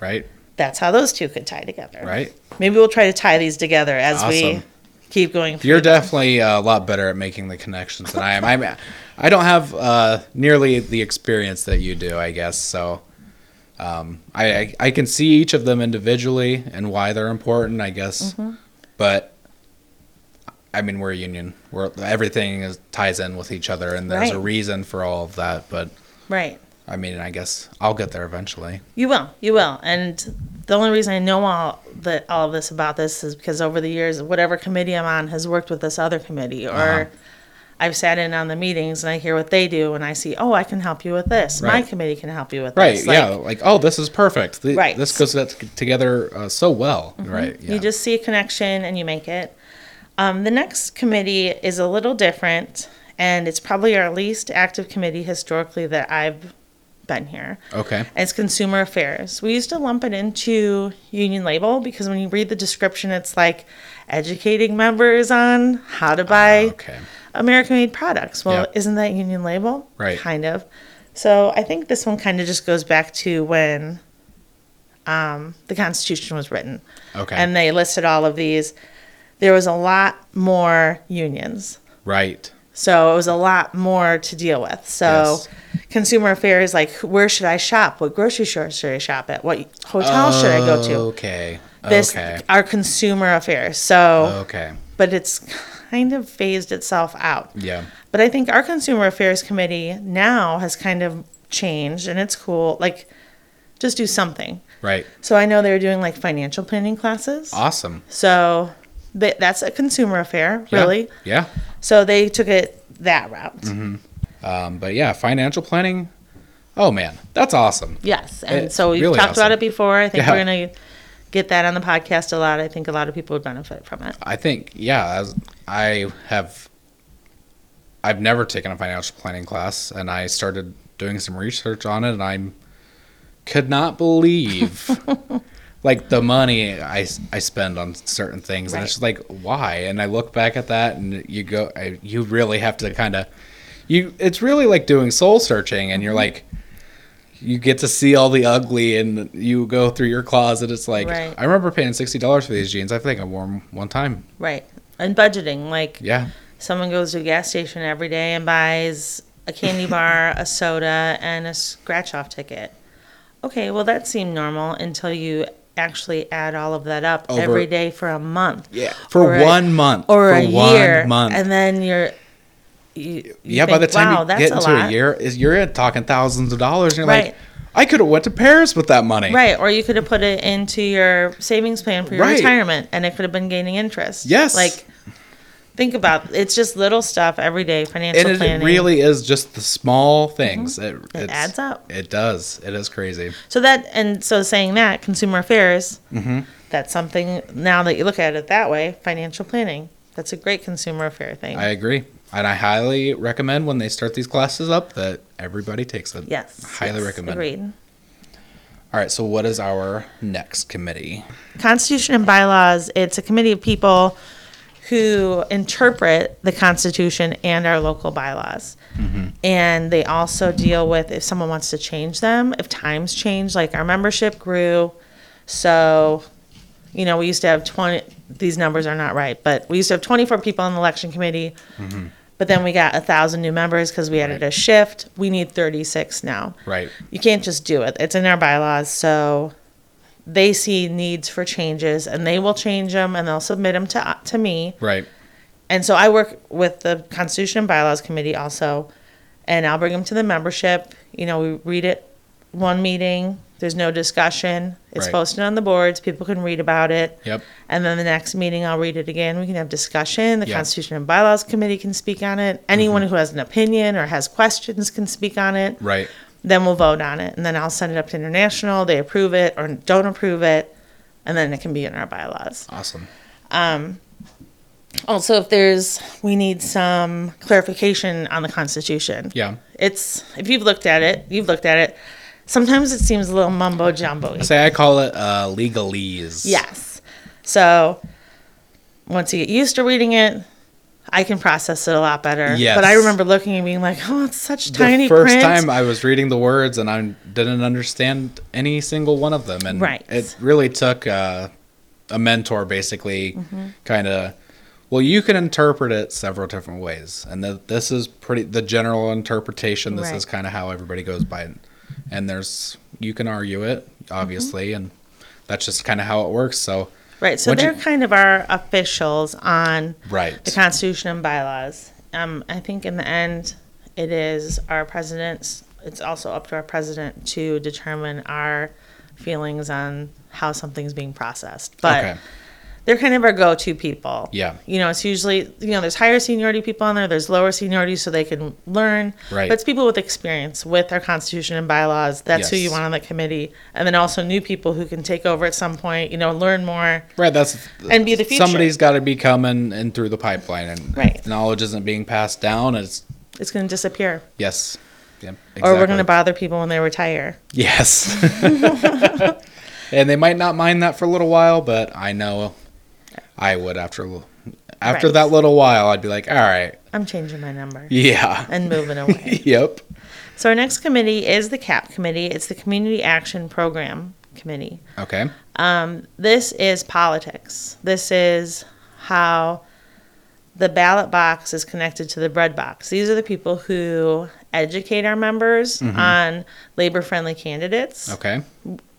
Speaker 1: Right.
Speaker 3: That's how those two could tie together.
Speaker 1: Right.
Speaker 3: Maybe we'll try to tie these together as we
Speaker 1: Awesome.
Speaker 3: keep going.
Speaker 1: You're
Speaker 3: through them.
Speaker 1: definitely uh, a lot better at making the connections than I am. I'm, I don't have uh, nearly the experience that you do, I guess. So um, I, I I can see each of them individually and why they're important, I guess. But I mean, we're a union. We're everything is ties in with each other, and there's a
Speaker 3: Right.
Speaker 1: reason for all of that. But
Speaker 3: Right.
Speaker 1: I mean, I guess I'll get there eventually.
Speaker 3: You will. You will. And the only reason I know all that all of this about this is because over the years, whatever committee I'm on has worked with this other committee, or
Speaker 1: Uh-huh.
Speaker 3: I've sat in on the meetings and I hear what they do, and I see, oh, I can help you with this. My
Speaker 1: Right.
Speaker 3: committee can help you with
Speaker 1: Right?
Speaker 3: this.
Speaker 1: yeah. Like, oh, this is perfect. Th-
Speaker 3: Right.
Speaker 1: This goes t- together uh, so well. Right. Yeah.
Speaker 3: You just see a connection and you make it. Um, the next committee is a little different, and it's probably our least active committee historically that I've been here.
Speaker 1: okay.
Speaker 3: It's consumer affairs. We used to lump it into union label because when you read the description, it's like educating members on how to buy
Speaker 1: Ah, Okay.
Speaker 3: American made products. Well,
Speaker 1: Yep.
Speaker 3: isn't that union label?
Speaker 1: Right.
Speaker 3: Kind of. So I think this one kind of just goes back to when um, the Constitution was written.
Speaker 1: Okay.
Speaker 3: And they listed all of these. There was a lot more unions.
Speaker 1: Right.
Speaker 3: So it was a lot more to deal with. So
Speaker 1: Yes.
Speaker 3: consumer affairs, like where should I shop? What grocery store should I shop at? What hotel should I go to?
Speaker 1: Okay.
Speaker 3: This
Speaker 1: Oh, okay.
Speaker 3: our consumer affairs. So,
Speaker 1: Okay.
Speaker 3: but it's kind of phased itself out.
Speaker 1: Yeah.
Speaker 3: But I think our consumer affairs committee now has kind of changed, and it's cool. Like, just do something.
Speaker 1: Right.
Speaker 3: So I know they're doing like financial planning classes.
Speaker 1: Awesome.
Speaker 3: So but that's a consumer affair,
Speaker 1: Yeah.
Speaker 3: really.
Speaker 1: Yeah.
Speaker 3: So they took it that route.
Speaker 1: Um, but yeah, financial planning. Oh man, that's awesome.
Speaker 3: Yes, and
Speaker 1: It's
Speaker 3: so we've
Speaker 1: Eh, really
Speaker 3: talked about
Speaker 1: awesome.
Speaker 3: it before. I think
Speaker 1: Yeah.
Speaker 3: we're gonna get that on the podcast a lot. I think a lot of people would benefit from it.
Speaker 1: I think yeah, as I have. I've never taken a financial planning class, and I started doing some research on it, and I could not believe. Like the money I, s- I spend on certain things, and it's just like why? And I look back at that, and you go, I, you really have to kind of, you. It's really like doing soul searching, and you're like, you get to see all the ugly and you go through your closet. It's like
Speaker 3: Right.
Speaker 1: I remember paying sixty dollars for these jeans. I think I wore them one time.
Speaker 3: Right. And budgeting, like
Speaker 1: Yeah,
Speaker 3: someone goes to a gas station every day and buys a candy bar, a soda, and a scratch off ticket. Okay, well that seemed normal until you actually add all of that up
Speaker 1: Over-
Speaker 3: every day for a month.
Speaker 1: for
Speaker 3: Or a-
Speaker 1: one month
Speaker 3: Or
Speaker 1: for
Speaker 3: a
Speaker 1: one
Speaker 3: year.
Speaker 1: month.
Speaker 3: And then you're you, you
Speaker 1: yeah, by the
Speaker 3: think,
Speaker 1: time
Speaker 3: wow,
Speaker 1: you
Speaker 3: that's
Speaker 1: get
Speaker 3: a
Speaker 1: into
Speaker 3: lot.
Speaker 1: a year, is you're talking thousands of dollars. And you're
Speaker 3: Right.
Speaker 1: like, I could have went to Paris with that money.
Speaker 3: Right, or you could have put it into your savings plan for your
Speaker 1: Right.
Speaker 3: retirement, and it could have been gaining interest.
Speaker 1: Yes.
Speaker 3: like think about it's just little stuff every day.
Speaker 1: And
Speaker 3: Financial
Speaker 1: it, it
Speaker 3: planning Mm-hmm.
Speaker 1: really is just the small things. It, it's-
Speaker 3: adds up.
Speaker 1: It does. It is crazy.
Speaker 3: So that and so saying that consumer affairs,
Speaker 1: Mm-hmm.
Speaker 3: that's something. Now that you look at it that way, financial planning. That's a great consumer affair thing.
Speaker 1: I agree. And I highly recommend when they start these classes up that everybody takes it.
Speaker 3: yes,
Speaker 1: Highly
Speaker 3: yes,
Speaker 1: recommend.
Speaker 3: Agreed.
Speaker 1: All right. So, what is our next committee?
Speaker 3: Constitution and bylaws. It's a committee of people who interpret the Constitution and our local bylaws, and they also deal with if someone wants to change them, if times change. Like our membership grew, so you know we used to have twenty. These numbers are not right, but we used to have twenty-four people on the election committee. But then we got a thousand new members because we added a shift. We need thirty-six now.
Speaker 1: Right.
Speaker 3: You can't just do it. It's in our bylaws, so they see needs for changes and they will change them and they'll submit them to to me.
Speaker 1: Right.
Speaker 3: And so I work with the Constitution and Bylaws Committee also, and I'll bring them to the membership. You know, we read it one meeting. There's no discussion. It's
Speaker 1: Right.
Speaker 3: posted on the boards. People can read about it.
Speaker 1: Yep.
Speaker 3: And then the next meeting, I'll read it again. We can have discussion. The
Speaker 1: Yeah. Mm-hmm.
Speaker 3: Constitution and Bylaws Committee can speak on it. Anyone who has an opinion or has questions can speak on it
Speaker 1: Right.
Speaker 3: then we'll vote on it and then i'll send it up to international they approve it or don't approve it and then it can be in our bylaws
Speaker 1: Awesome.
Speaker 3: also if there's we need some clarification on the constitution
Speaker 1: Yeah.
Speaker 3: it's if you've looked at it you've looked at it sometimes it seems a little mumbo jumbo
Speaker 1: Say I call it uh, legalese.
Speaker 3: yes so once you get used to reading it I can process it a lot better.
Speaker 1: Yes.
Speaker 3: But I remember looking and being like, oh, it's such tiny
Speaker 1: the first
Speaker 3: print.
Speaker 1: time I was reading the words and I didn't understand any single one of them, and
Speaker 3: Right.
Speaker 1: it really took uh, a mentor, basically,
Speaker 3: Mm-hmm.
Speaker 1: kind of. Well, you can interpret it several different ways, and th- this is pretty the general interpretation. This
Speaker 3: Right.
Speaker 1: is kind of how everybody goes by, it. and there's you can argue it obviously,
Speaker 3: Mm-hmm.
Speaker 1: and that's just kind of how it works. So,
Speaker 3: Right. So
Speaker 1: Once you-
Speaker 3: they're kind of our officials on
Speaker 1: Right.
Speaker 3: the Constitution and bylaws. Um, I think in the end, it is our president's. It's also up to our president to determine our feelings on how something's being processed. But
Speaker 1: okay,
Speaker 3: they're kind of our go-to people.
Speaker 1: Yeah.
Speaker 3: You know, it's usually you know there's higher seniority people on there, there's lower seniority, so they can learn.
Speaker 1: Right.
Speaker 3: But it's people with experience with our constitution and bylaws. That's who you
Speaker 1: Yes.
Speaker 3: want on the committee, and then also new people who can take over at some point. You know, learn more.
Speaker 1: right, that's
Speaker 3: And be the future.
Speaker 1: Somebody's got to be coming and through the pipeline, and
Speaker 3: Right.
Speaker 1: knowledge isn't being passed down. It's
Speaker 3: It's going to disappear,
Speaker 1: Yes. Yep.
Speaker 3: or we're going to
Speaker 1: exactly.
Speaker 3: bother people when they retire.
Speaker 1: Yes. and they might not mind that for a little while, but I know I would after a little, after
Speaker 3: Right.
Speaker 1: that little while. I'd be like, all right,
Speaker 3: I'm changing my number
Speaker 1: yeah,
Speaker 3: and moving away.
Speaker 1: yep,
Speaker 3: so our next committee is the CAP committee. It's the Community Action Program Committee.
Speaker 1: okay,
Speaker 3: Um, this is politics. This is how the ballot box is connected to the bread box. These are the people who educate our members
Speaker 1: Mm-hmm.
Speaker 3: on labor friendly candidates.
Speaker 1: okay,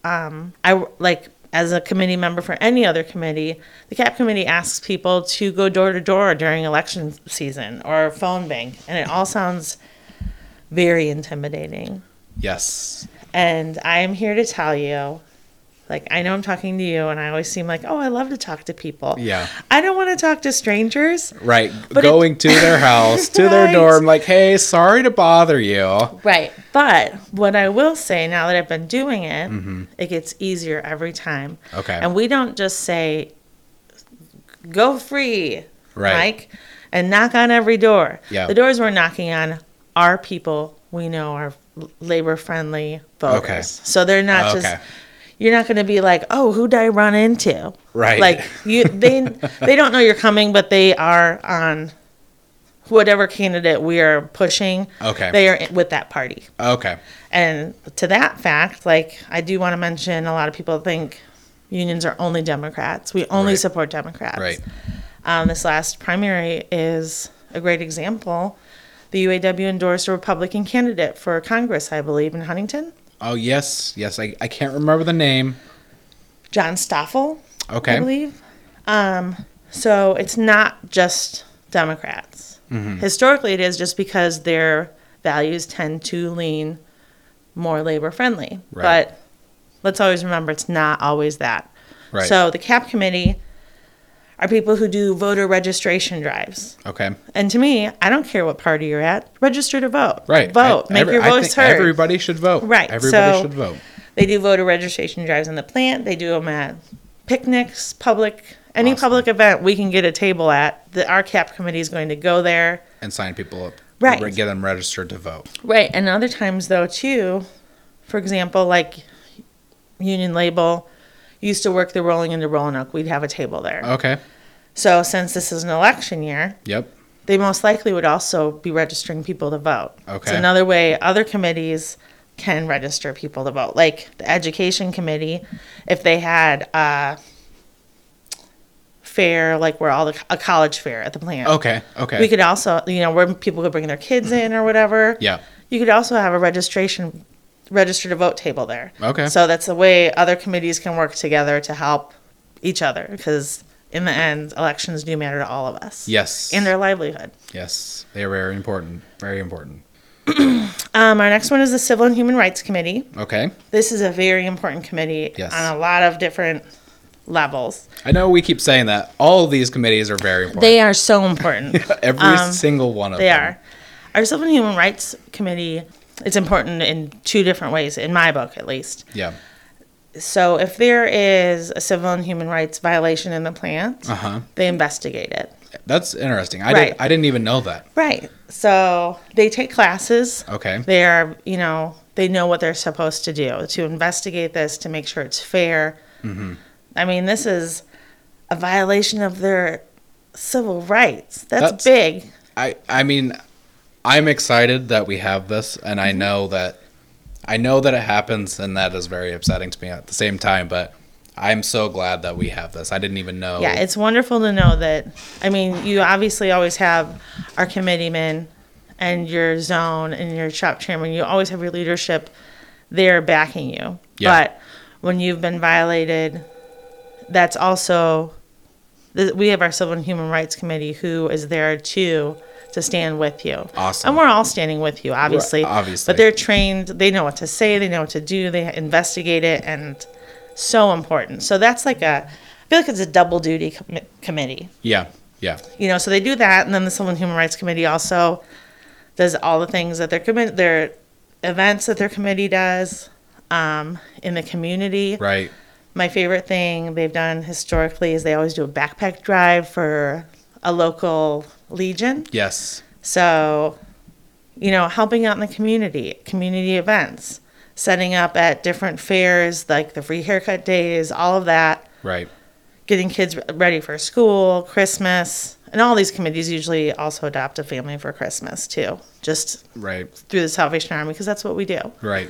Speaker 3: I like as a committee member for any other committee, the CAP committee asks people to go door to door during election season or phone bank, and it all sounds very intimidating.
Speaker 1: yes,
Speaker 3: And I am here to tell you, like, I know I'm talking to you, and I always seem like, oh, I love to talk to people.
Speaker 1: Yeah.
Speaker 3: I don't want to talk to strangers.
Speaker 1: right.
Speaker 3: But it-
Speaker 1: Going to their house, to their
Speaker 3: Right.
Speaker 1: door. I'm like, hey, sorry to bother you.
Speaker 3: Right. But what I will say now that I've been doing it, it gets easier every time.
Speaker 1: Mm-hmm. Okay.
Speaker 3: And we don't just say, go free,
Speaker 1: Right.
Speaker 3: Mike, and knock on every door.
Speaker 1: Yeah.
Speaker 3: The doors we're knocking on are people we know are labor friendly voters.
Speaker 1: Okay.
Speaker 3: So they're not
Speaker 1: Okay.
Speaker 3: just. You're not going to be like, oh, who'd I run into?
Speaker 1: Right.
Speaker 3: Like you, they they don't know you're coming, but they are on whatever candidate we are pushing.
Speaker 1: Okay.
Speaker 3: They are in- with that party.
Speaker 1: Okay,
Speaker 3: And to that fact, like I do want to mention, a lot of people think unions are only Democrats. We only
Speaker 1: Right.
Speaker 3: support Democrats.
Speaker 1: right,
Speaker 3: Um, this last primary is a great example. The UAW endorsed a Republican candidate for Congress, I believe, in Huntington,
Speaker 1: oh yes, yes. I I can't remember the name.
Speaker 3: John Stoffel. I
Speaker 1: Okay,
Speaker 3: believe. Um, so it's not just Democrats.
Speaker 1: Mm-hmm.
Speaker 3: Historically, it is just because their values tend to lean more labor friendly.
Speaker 1: Right.
Speaker 3: But let's always remember it's not always that.
Speaker 1: Right.
Speaker 3: So the CAP committee are people who do voter registration drives.
Speaker 1: okay,
Speaker 3: And to me, I don't care what party you're at, register to vote.
Speaker 1: right. I-
Speaker 3: Vote. Make
Speaker 1: every-
Speaker 3: your
Speaker 1: I
Speaker 3: voice
Speaker 1: think
Speaker 3: heard.
Speaker 1: Everybody should vote.
Speaker 3: Right,
Speaker 1: Everybody
Speaker 3: so-
Speaker 1: should vote.
Speaker 3: They do voter registration drives in the plant. They do them at picnics, public, any
Speaker 1: Awesome.
Speaker 3: public event we can get a table at. The our cap committee is going to go there.
Speaker 1: and sign people up.
Speaker 3: Right.
Speaker 1: Re- Get them registered to vote.
Speaker 3: Right. And other times though too, for example, like Union Label used to work the rolling into Roanoke. We'd have a table there.
Speaker 1: Okay.
Speaker 3: So since this is an election year,
Speaker 1: Yep.
Speaker 3: they most likely would also be registering people to vote. It's
Speaker 1: Okay.
Speaker 3: another way other committees can register people to vote. Like the education committee, if they had a fair, like where all the a college fair at the plant.
Speaker 1: Okay. Okay.
Speaker 3: We could also, you know, where people could bring their kids in or whatever.
Speaker 1: Yeah.
Speaker 3: You could also have a registration, register to vote table there.
Speaker 1: Okay.
Speaker 3: So that's the way other committees can work together to help each other because in the end, elections do matter to all of us.
Speaker 1: Yes.
Speaker 3: And their livelihood.
Speaker 1: yes. They are very important. Very important.
Speaker 3: Um, our next one is the Civil and Human Rights Committee.
Speaker 1: Okay.
Speaker 3: This is a very important committee
Speaker 1: Yes.
Speaker 3: on a lot of different levels.
Speaker 1: I know we keep saying that all of these committees are very important.
Speaker 3: They are so important. Um,
Speaker 1: Every single one of
Speaker 3: they
Speaker 1: them.
Speaker 3: are. Our Civil and Human Rights Committee it's important in two different ways, in my book at least.
Speaker 1: Yeah.
Speaker 3: So if there is a civil and human rights violation in the plant,
Speaker 1: Uh-huh.
Speaker 3: they investigate it.
Speaker 1: That's interesting. I
Speaker 3: Right.
Speaker 1: did, I didn't even know that.
Speaker 3: Right. So they take classes.
Speaker 1: Okay.
Speaker 3: They are, you know, they know what they're supposed to do to investigate this to make sure
Speaker 1: Mm-hmm.
Speaker 3: it's fair. I mean, this is a violation of their civil rights. That's,
Speaker 1: That's-
Speaker 3: big.
Speaker 1: I I mean, I'm excited that we have this, and
Speaker 3: Mm-hmm.
Speaker 1: I know that I know that it happens, and that is very upsetting to me at the same time. But I'm so glad that we have this. I didn't even know.
Speaker 3: Yeah, it's wonderful to know that. I mean, you obviously always have our committeemen and your zone and your shop chairman. You always have your leadership there backing you.
Speaker 1: Yeah.
Speaker 3: But when you've been violated, that's also th- we have our civil and human rights committee who is there too to stand with you.
Speaker 1: Awesome.
Speaker 3: And we're all standing with you, obviously.
Speaker 1: obviously.
Speaker 3: But they're trained. They know what to say. They know what to do. They investigate it, and so important. So that's like a. I feel like it's a double duty com- committee.
Speaker 1: yeah, yeah.
Speaker 3: You know, so they do that, and then the Civil and Human Rights Committee also does all the things that their committee, their events that their committee does um, in the community.
Speaker 1: Right.
Speaker 3: My favorite thing they've done historically is they always do a backpack drive for a local legion.
Speaker 1: Yes.
Speaker 3: So, you know, helping out in the community, community events, setting up at different fairs, like the free haircut days, all of that,
Speaker 1: Right.
Speaker 3: getting kids ready for school, Christmas. And all these committees usually also adopt a family for Christmas too, just
Speaker 1: Right.
Speaker 3: through the Salvation Army, because that's what we do.
Speaker 1: Right.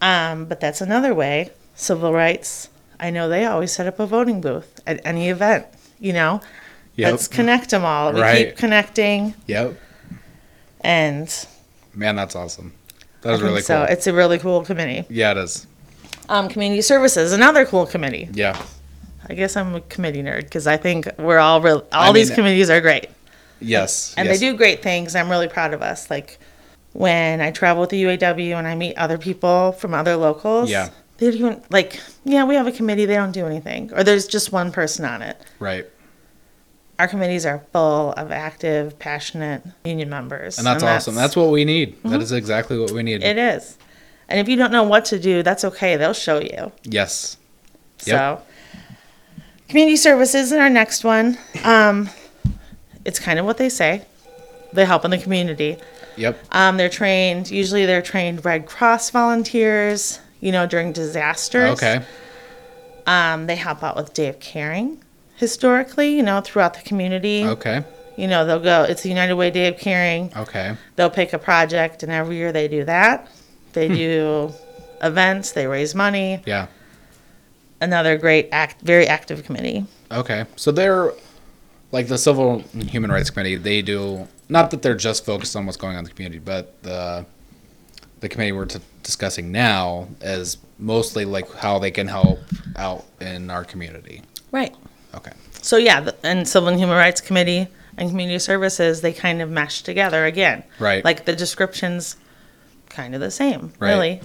Speaker 3: Um, but that's another way. Civil rights, I know they always set up a voting booth at any event, you know?
Speaker 1: Yep.
Speaker 3: Let's connect them all. We
Speaker 1: Right.
Speaker 3: keep connecting
Speaker 1: Yep.
Speaker 3: and
Speaker 1: Man, that's awesome. That was
Speaker 3: I think
Speaker 1: really
Speaker 3: so
Speaker 1: cool.
Speaker 3: it's a really cool committee.
Speaker 1: yeah, it is.
Speaker 3: Um, community services, another cool committee.
Speaker 1: Yeah.
Speaker 3: I guess I'm a committee nerd because I think we're all real. All these
Speaker 1: mean-
Speaker 3: committees are great,
Speaker 1: Yes.
Speaker 3: and
Speaker 1: yes.
Speaker 3: they do great things. I'm really proud of us. Like when I travel with the UAW and I meet other people from other locals.
Speaker 1: Yeah.
Speaker 3: They don't like. Yeah, we have a committee. They don't do anything, or there's just one person on it.
Speaker 1: Right.
Speaker 3: Our committees are full of active, passionate union members,
Speaker 1: And that's awesome. That's what we need. That is exactly what we need.
Speaker 3: Mm-hmm. it is. And if you don't know what to do, that's okay. They'll show you.
Speaker 1: yes.
Speaker 3: So, community services in our next one. Um, it's kind of what they say. They help in the community.
Speaker 1: Yep.
Speaker 3: Um, they're trained. Usually, they're trained Red Cross volunteers. You know, during disasters.
Speaker 1: Okay.
Speaker 3: Um, they help out with Day of Caring. Historically, you know, throughout the community.
Speaker 1: Okay. Oh.
Speaker 3: You know, they'll go. It's the United Way Day of Caring.
Speaker 1: Okay.
Speaker 3: They'll pick a project, and every year they do that. They do events. They raise money.
Speaker 1: Hmm. Yeah.
Speaker 3: Another great act, very active committee.
Speaker 1: Okay. So they're like the Civil and Human Rights Committee, they do not that they're just focused on what's going on in the community, but the the committee we're t- discussing now is mostly like how they can help out in our community.
Speaker 3: Right.
Speaker 1: Okay.
Speaker 3: So yeah, the, and Civil and Human Rights Committee and Community Services, they kind of mesh together again.
Speaker 1: Right.
Speaker 3: Like the descriptions kind of the same,
Speaker 1: Right.
Speaker 3: really.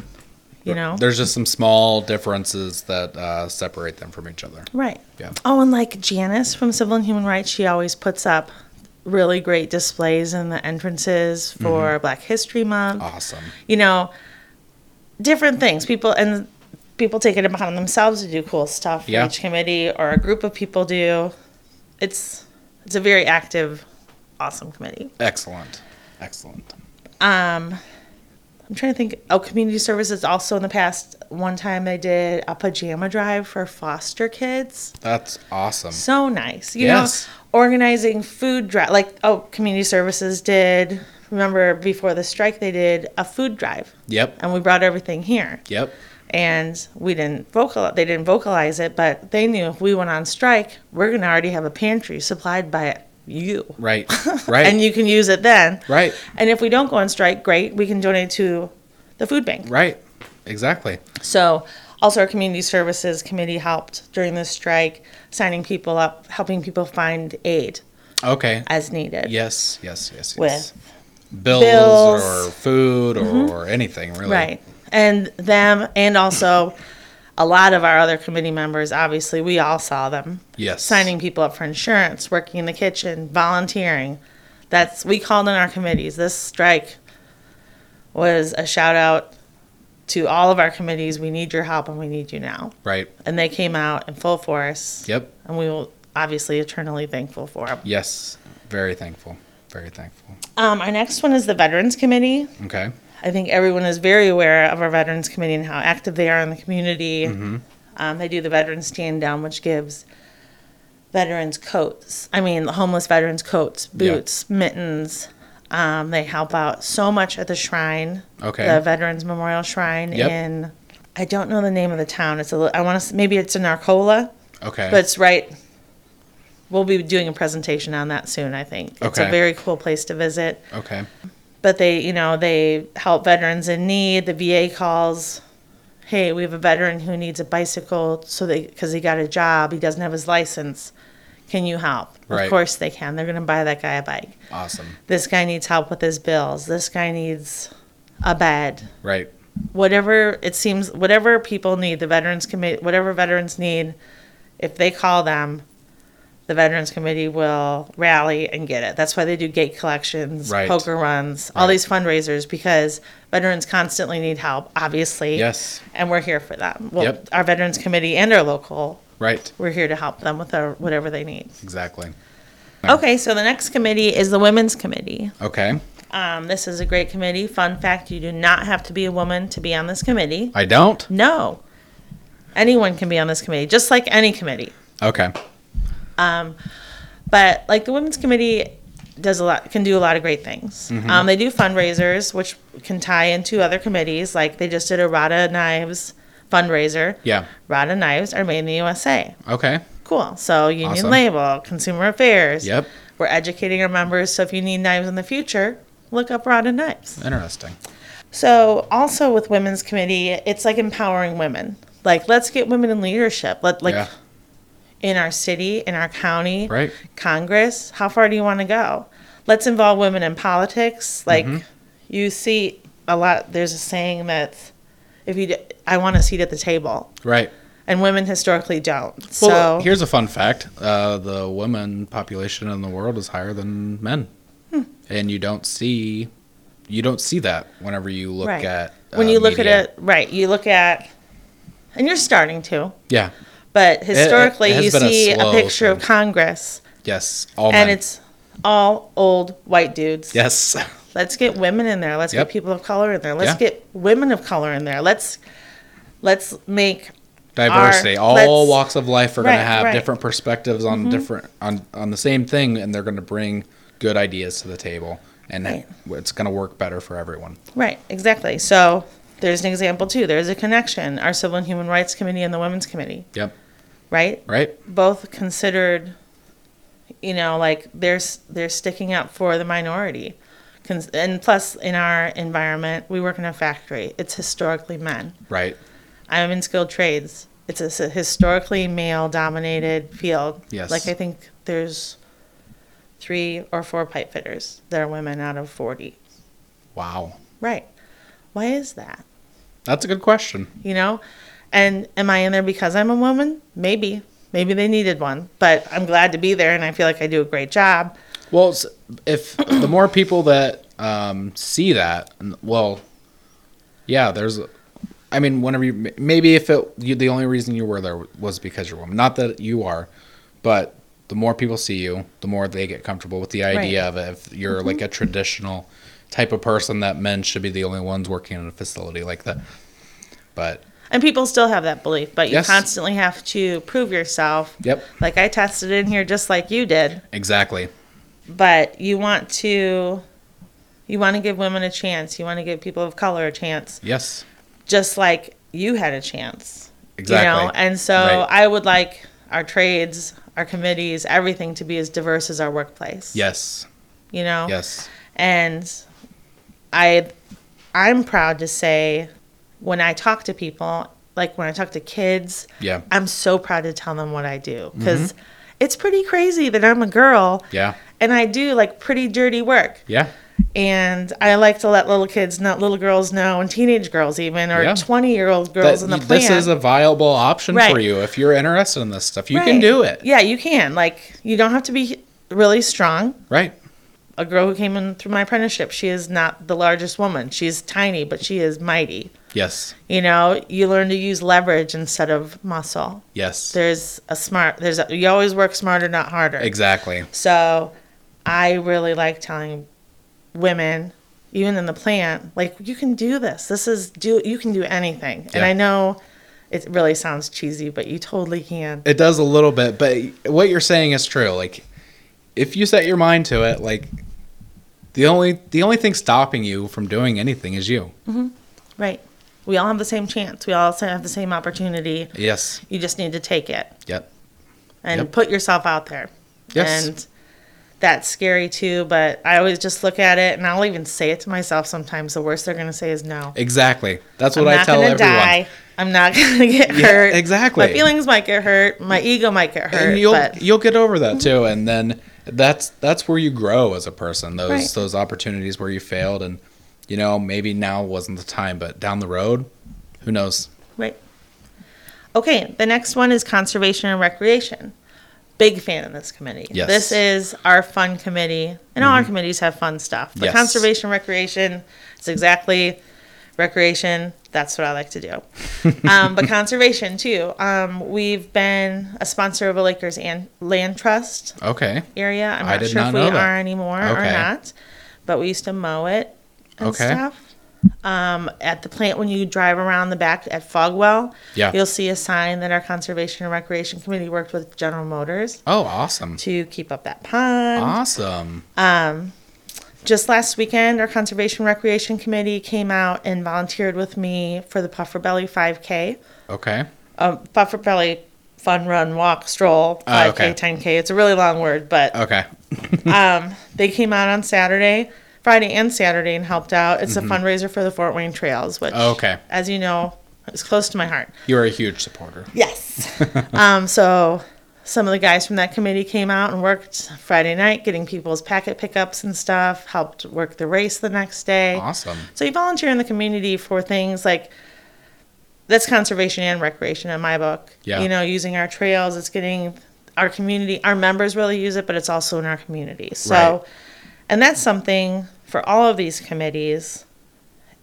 Speaker 3: You know?
Speaker 1: There's just some small differences that uh, separate them from each other.
Speaker 3: right.
Speaker 1: Yeah.
Speaker 3: Oh, and like Janice from Civil and Human Rights, she always puts up really great displays in the entrances for
Speaker 1: Mm-hmm.
Speaker 3: Black History Month.
Speaker 1: Awesome.
Speaker 3: You know, different things. People and people take it upon themselves to do cool stuff for
Speaker 1: Yeah.
Speaker 3: each committee or a group of people do. It's it's a very active, awesome committee.
Speaker 1: Excellent. Excellent.
Speaker 3: I'm trying to think. Oh, community services also in the past. One time they did a pajama drive for foster kids.
Speaker 1: That's awesome.
Speaker 3: So nice. You
Speaker 1: Yes.
Speaker 3: know, organizing food drive. Like, oh, community services did. Remember before the strike, they did a food drive.
Speaker 1: Yep.
Speaker 3: And we brought everything here.
Speaker 1: Yep.
Speaker 3: And we didn't vocal. They didn't vocalize it, but they knew if we went on strike, we're gonna already have a pantry supplied by you.
Speaker 1: Right. Right.
Speaker 3: And you can use it then.
Speaker 1: Right.
Speaker 3: And if we don't go on strike, great. We can donate to the food bank.
Speaker 1: Right. Exactly.
Speaker 3: So, also our community services committee helped during the strike, signing people up, helping people find aid
Speaker 1: Okay.
Speaker 3: as needed.
Speaker 1: Yes, yes, yes, yes.
Speaker 3: With
Speaker 1: bills,
Speaker 3: bills. Mm-hmm.
Speaker 1: or food or, or anything really.
Speaker 3: Right. And them, and also a lot of our other committee members, obviously, we all saw them
Speaker 1: Yes.
Speaker 3: signing people up for insurance, working in the kitchen, volunteering. That's we called in our committees. This strike was a shout out to all of our committees. We need your help and we need you now.
Speaker 1: Right.
Speaker 3: And they came out in full force.
Speaker 1: Yep.
Speaker 3: and we will obviously eternally thankful for. them.
Speaker 1: Yes. Very thankful. Very thankful.
Speaker 3: Um, our next one is the Veterans Committee.
Speaker 1: Okay.
Speaker 3: I think everyone is very aware of our Veterans Committee and how
Speaker 1: Mm-hmm.
Speaker 3: active they are in the community. Um, they do the Veterans Stand Down, which gives veterans coats. I mean, the homeless veterans coats,
Speaker 1: Yeah.
Speaker 3: boots, mittens. Um, they help out so much at the shrine,
Speaker 1: Okay.
Speaker 3: the Veterans Memorial Shrine
Speaker 1: Yep.
Speaker 3: in. I don't know the name of the town. It's a. li- I want to. Maybe it's in Arcola,
Speaker 1: Okay.
Speaker 3: but it's right. We'll be doing a presentation on that soon. I think it's
Speaker 1: Okay.
Speaker 3: a very cool place to visit
Speaker 1: okay.
Speaker 3: but they you know they help veterans in need the va calls hey we have a veteran who needs a bicycle so they because he got a job he doesn't have his license can you help
Speaker 1: Right.
Speaker 3: of course they can they're going to buy that guy a bike
Speaker 1: Awesome.
Speaker 3: this guy needs help with his bills this guy needs a bed
Speaker 1: Right.
Speaker 3: whatever it seems whatever people need the veterans committee whatever veterans need if they call them the veterans committee will rally and get it that's why they do gate collections
Speaker 1: Right.
Speaker 3: poker runs all
Speaker 1: Right.
Speaker 3: these fundraisers because veterans constantly need help obviously
Speaker 1: Yes.
Speaker 3: and we're here for them well
Speaker 1: Yep.
Speaker 3: our veterans committee and our local
Speaker 1: Right.
Speaker 3: we're here to help them with their, whatever they need
Speaker 1: Exactly.
Speaker 3: okay so the next committee is the women's committee
Speaker 1: Okay.
Speaker 3: um, this is a great committee fun fact you do not have to be a woman to be on this committee
Speaker 1: I don't.
Speaker 3: no. Anyone can be on this committee, just like any committee.
Speaker 1: Okay.
Speaker 3: But like the women's committee does a lot can do a lot of great things.
Speaker 1: Mm-hmm.
Speaker 3: Um, they do fundraisers, which can tie into other committees. Like they just did a Rada Knives fundraiser.
Speaker 1: Yeah.
Speaker 3: Rada Knives are made in the USA.
Speaker 1: Okay.
Speaker 3: Cool. So Union
Speaker 1: Awesome.
Speaker 3: Label, Consumer Affairs.
Speaker 1: Yep.
Speaker 3: We're educating our members. So if you need knives in the future, look up Rada Knives.
Speaker 1: Interesting.
Speaker 3: So, also with women's committee, it's like empowering women. Like, let's get women in leadership. Let like
Speaker 1: Yeah.
Speaker 3: in our city, in our county,
Speaker 1: Right.
Speaker 3: Congress. How far do you want to go? Let's involve women in politics. Like,
Speaker 1: Mm-hmm.
Speaker 3: you see a lot. There's a saying that's if you, d- I want a seat at the table,
Speaker 1: Right.
Speaker 3: and women historically don't.
Speaker 1: Well,
Speaker 3: so
Speaker 1: here's a fun fact: uh, the women population in the world is higher than men,
Speaker 3: Hmm.
Speaker 1: and you don't see you don't see that whenever you look
Speaker 3: right.
Speaker 1: at
Speaker 3: when
Speaker 1: uh,
Speaker 3: you look
Speaker 1: media.
Speaker 3: at it, right? You look at, and you're starting to,
Speaker 1: Yeah.
Speaker 3: but historically,
Speaker 1: has
Speaker 3: you
Speaker 1: been a
Speaker 3: see a,
Speaker 1: slow
Speaker 3: picture of
Speaker 1: thing.
Speaker 3: Congress.
Speaker 1: Yes. All men.
Speaker 3: and it's all old white dudes.
Speaker 1: yes.
Speaker 3: Let's get women in there. Let's
Speaker 1: Yep.
Speaker 3: get people of color in there. Let's
Speaker 1: Yeah.
Speaker 3: get women of color in there. Let's let's make
Speaker 1: Diversity.
Speaker 3: Our-
Speaker 1: all
Speaker 3: let's-
Speaker 1: walks of life are going
Speaker 3: Right,
Speaker 1: to have
Speaker 3: right. Mm-hmm.
Speaker 1: different perspectives on different on on the same thing, and they're going to bring good ideas to the table, and
Speaker 3: Right.
Speaker 1: it's going to work better for everyone.
Speaker 3: right exactly. So there's an example too. There's a connection. Our Civil and Human Rights Committee and the Women's Committee,
Speaker 1: Yep.
Speaker 3: right?
Speaker 1: Right.
Speaker 3: Both considered, you know, like they're s- they're sticking up for the minority. Cons- And plus, in our environment, we work in a factory. It's historically men.
Speaker 1: Right.
Speaker 3: I'm in skilled trades. It's a s- historically male dominated field.
Speaker 1: Yes.
Speaker 3: Like I think there's three or four pipe fitters that are women out of 40.
Speaker 1: Wow.
Speaker 3: Right. Why is that?
Speaker 1: That's a good question.
Speaker 3: You know? And am I in there because I'm a woman? Maybe. Maybe they needed one, but I'm glad to be there and I feel like I do a great job.
Speaker 1: Well, s- if the more people that um, see that, and- well, yeah, there's. I mean, whenever you m- maybe if it you, the only reason you were there was because you're a woman, not that you are, but the more people see you, the more they get comfortable with the idea of it. If you're like a traditional type of person, that men should be the only ones working in a facility like that. But
Speaker 3: And people still have that belief, but you
Speaker 1: Yes.
Speaker 3: constantly have to prove yourself.
Speaker 1: Yep.
Speaker 3: Like I tested in here just like you did.
Speaker 1: exactly,
Speaker 3: but you want to you want to give women a chance you want to give people of color a chance
Speaker 1: yes,
Speaker 3: just like you had a chance
Speaker 1: exactly.
Speaker 3: you know and so
Speaker 1: Right.
Speaker 3: i would like our trades our committees everything to be as diverse as our workplace
Speaker 1: yes,
Speaker 3: you know
Speaker 1: yes,
Speaker 3: and i i'm proud to say when i talk to people like when i talk to kids
Speaker 1: yeah, Mm-hmm.
Speaker 3: i'm so proud to tell them what i do because it's pretty crazy that i'm a girl
Speaker 1: yeah,
Speaker 3: and i do like pretty dirty work
Speaker 1: yeah,
Speaker 3: and I like to let little kids, not little girls, know, and teenage girls even, or
Speaker 1: Yeah.
Speaker 3: twenty-year-old girls
Speaker 1: that
Speaker 3: in the
Speaker 1: y-
Speaker 3: plant.
Speaker 1: This is a viable option for
Speaker 3: Right.
Speaker 1: you if you're interested in this stuff. You can do it.
Speaker 3: Yeah, you can. Like, you don't have to be really strong.
Speaker 1: Right.
Speaker 3: A girl who came in through my apprenticeship, she is not the largest woman. She's tiny, but she is mighty.
Speaker 1: Yes.
Speaker 3: You know, you learn to use leverage instead of muscle.
Speaker 1: Yes.
Speaker 3: There's a smart. There's a, you always work smarter, not harder.
Speaker 1: exactly.
Speaker 3: So I really like telling women, even in the plant, like you can do this. This is do you can do anything. And
Speaker 1: Yeah.
Speaker 3: I know It really sounds cheesy, but you totally can.
Speaker 1: It does a little bit, but what you're saying is true. Like, if you set your mind to it, like the only the only thing stopping you from doing anything is you.
Speaker 3: Right. We all have the same chance. We all have the same opportunity.
Speaker 1: Yes.
Speaker 3: You just need to take it
Speaker 1: Yep.
Speaker 3: and
Speaker 1: Yep.
Speaker 3: put yourself out there.
Speaker 1: Yes.
Speaker 3: And that's scary too, but I always just look at it and I'll even say it to myself sometimes. The worst they're going to say is no.
Speaker 1: Exactly. That's
Speaker 3: I'm
Speaker 1: what I
Speaker 3: not
Speaker 1: tell
Speaker 3: gonna
Speaker 1: everyone.
Speaker 3: die. I'm not gonna get
Speaker 1: Yeah,
Speaker 3: hurt.
Speaker 1: exactly.
Speaker 3: My feelings might get hurt. My ego might get hurt.
Speaker 1: and you'll
Speaker 3: but
Speaker 1: you'll get over that too and then that's that's where you grow as a person those
Speaker 3: Right.
Speaker 1: those opportunities where you failed and you know maybe now wasn't the time but down the road who knows
Speaker 3: right. Okay. The next one is conservation and recreation. Big fan of this committee.
Speaker 1: Yes. Mm-hmm.
Speaker 3: This is our fun committee, and all our committees have fun stuff. But
Speaker 1: Yes.
Speaker 3: conservation, recreation, it's exactly recreation. That's what I like to do. um, but conservation too. Um, we've been a sponsor of a Lakers and land trust.
Speaker 1: okay
Speaker 3: area. I'm
Speaker 1: I
Speaker 3: not
Speaker 1: did
Speaker 3: sure
Speaker 1: not
Speaker 3: if we
Speaker 1: know that.
Speaker 3: are anymore
Speaker 1: Okay.
Speaker 3: or not, but we used to mow it and
Speaker 1: Okay.
Speaker 3: stuff. Um, at the plant, when you drive around the back at Fogwell,
Speaker 1: Yeah.
Speaker 3: you'll see a sign that our Conservation and Recreation Committee worked with General Motors
Speaker 1: oh awesome
Speaker 3: to keep up that pond.
Speaker 1: Ah. awesome
Speaker 3: Just last weekend, our Conservation and Recreation Committee came out and volunteered with me for the Puffer Belly 5K.
Speaker 1: okay
Speaker 3: Um, Puffer Belly fun run, walk, stroll, 5K,
Speaker 1: Oh, okay.
Speaker 3: 10K. It's a really long word, but
Speaker 1: okay
Speaker 3: Um, they came out on Saturday, Friday and Saturday, and helped out. It's a fundraiser for the Fort Wayne Trails, which,
Speaker 1: Mm-hmm. Oh, Okay.
Speaker 3: as you know, is close to my heart.
Speaker 1: you're a huge supporter
Speaker 3: Yes. um, so some of the guys from that committee came out and worked Friday night, getting people's packet pickups and stuff. Helped work the race the next day.
Speaker 1: awesome
Speaker 3: So you volunteer in the community for things like that's conservation and recreation in my book.
Speaker 1: Yeah.
Speaker 3: You know, using our trails, it's getting our community, our members really use it, but it's also in our community. So,
Speaker 1: Right.
Speaker 3: and that's something for all of these committees.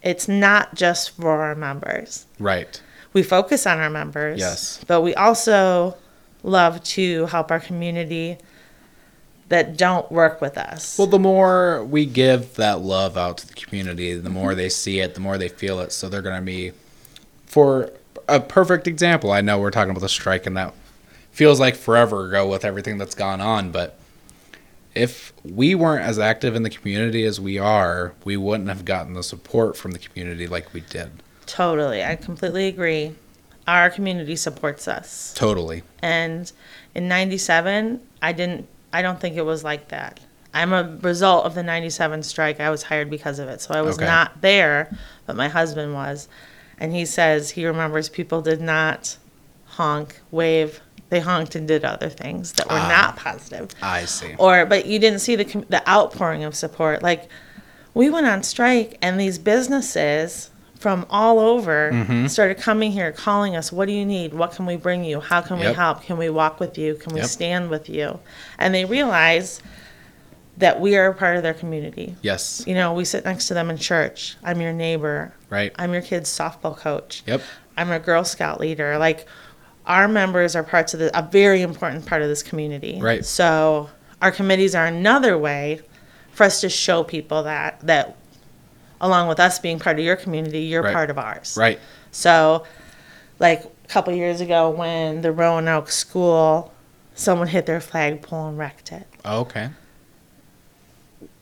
Speaker 3: It's not just for our members.
Speaker 1: right
Speaker 3: We focus on our members.
Speaker 1: Yes.
Speaker 3: But we also love to help our community that don't work with us.
Speaker 1: well the more we give that love out to the community the more
Speaker 3: Mm-hmm.
Speaker 1: they see it the more they feel it so they're going to be for a perfect example, I know we're talking about the strike and that feels like forever ago with everything that's gone on, but if we weren't as active in the community as we are, we wouldn't have gotten the support from the community like we did.
Speaker 3: Totally. I completely agree. Our community supports us.
Speaker 1: Totally.
Speaker 3: And in 97, I didn't I don't think it was like that. I'm a result of the 97 strike. I was hired because of it. So I was
Speaker 1: Okay.
Speaker 3: not there, but my husband was. And he says he remembers people did not honk, wave. They honked and did other things that were not positive
Speaker 1: I see.
Speaker 3: or but you didn't see the com- the outpouring of support like we went on strike and these businesses from all over
Speaker 1: Mm-hmm.
Speaker 3: started coming here calling us what do you need what can we bring you how can we
Speaker 1: Yep.
Speaker 3: help can we walk with you can we
Speaker 1: Yep.
Speaker 3: stand with you and they realize that we are a part of their community
Speaker 1: Yes.
Speaker 3: you know we sit next to them in church i'm your neighbor
Speaker 1: Right.
Speaker 3: i'm your kid's softball coach
Speaker 1: Yep.
Speaker 3: i'm a girl scout leader like our members are parts of the a very important part of this community
Speaker 1: Right.
Speaker 3: so our committees are another way for us to show people that that along with us being part of your community you're
Speaker 1: Right.
Speaker 3: part of ours
Speaker 1: Right.
Speaker 3: so, like a couple years ago, when the Roanoke school, someone hit their flagpole and wrecked it.
Speaker 1: Oh, Okay.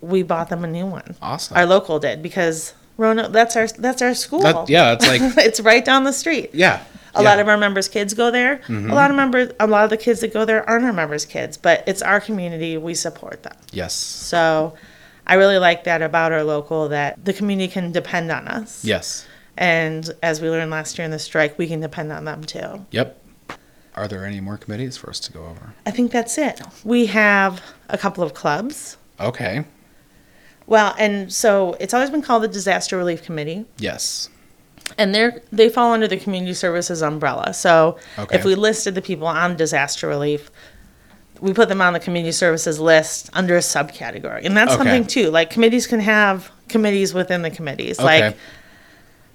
Speaker 3: We bought them a new one.
Speaker 1: Awesome.
Speaker 3: Our local did because Roanoke. That's our that's our school.
Speaker 1: That, yeah, it's like
Speaker 3: it's right down the street.
Speaker 1: yeah.
Speaker 3: A lot of our members' kids go there. A lot of members, a lot of the kids that go there aren't our members' kids, but it's our community. We support them.
Speaker 1: Yes.
Speaker 3: So, I really like that about our local that the community can depend on us.
Speaker 1: Yes.
Speaker 3: And as we learned last year in the strike, we can depend on them too.
Speaker 1: Yep. Are there any more committees for us to go over?
Speaker 3: I think that's it. We have a couple of clubs.
Speaker 1: Okay.
Speaker 3: Well, and so it's always been called the Disaster Relief Committee,
Speaker 1: Yes.
Speaker 3: and they're they fall under the community services umbrella. So
Speaker 1: Okay.
Speaker 3: if we listed the people on disaster relief, we put them on the community services list under a subcategory, and that's
Speaker 1: Okay.
Speaker 3: something too. Like committees can have committees within the committees. Like
Speaker 1: Okay.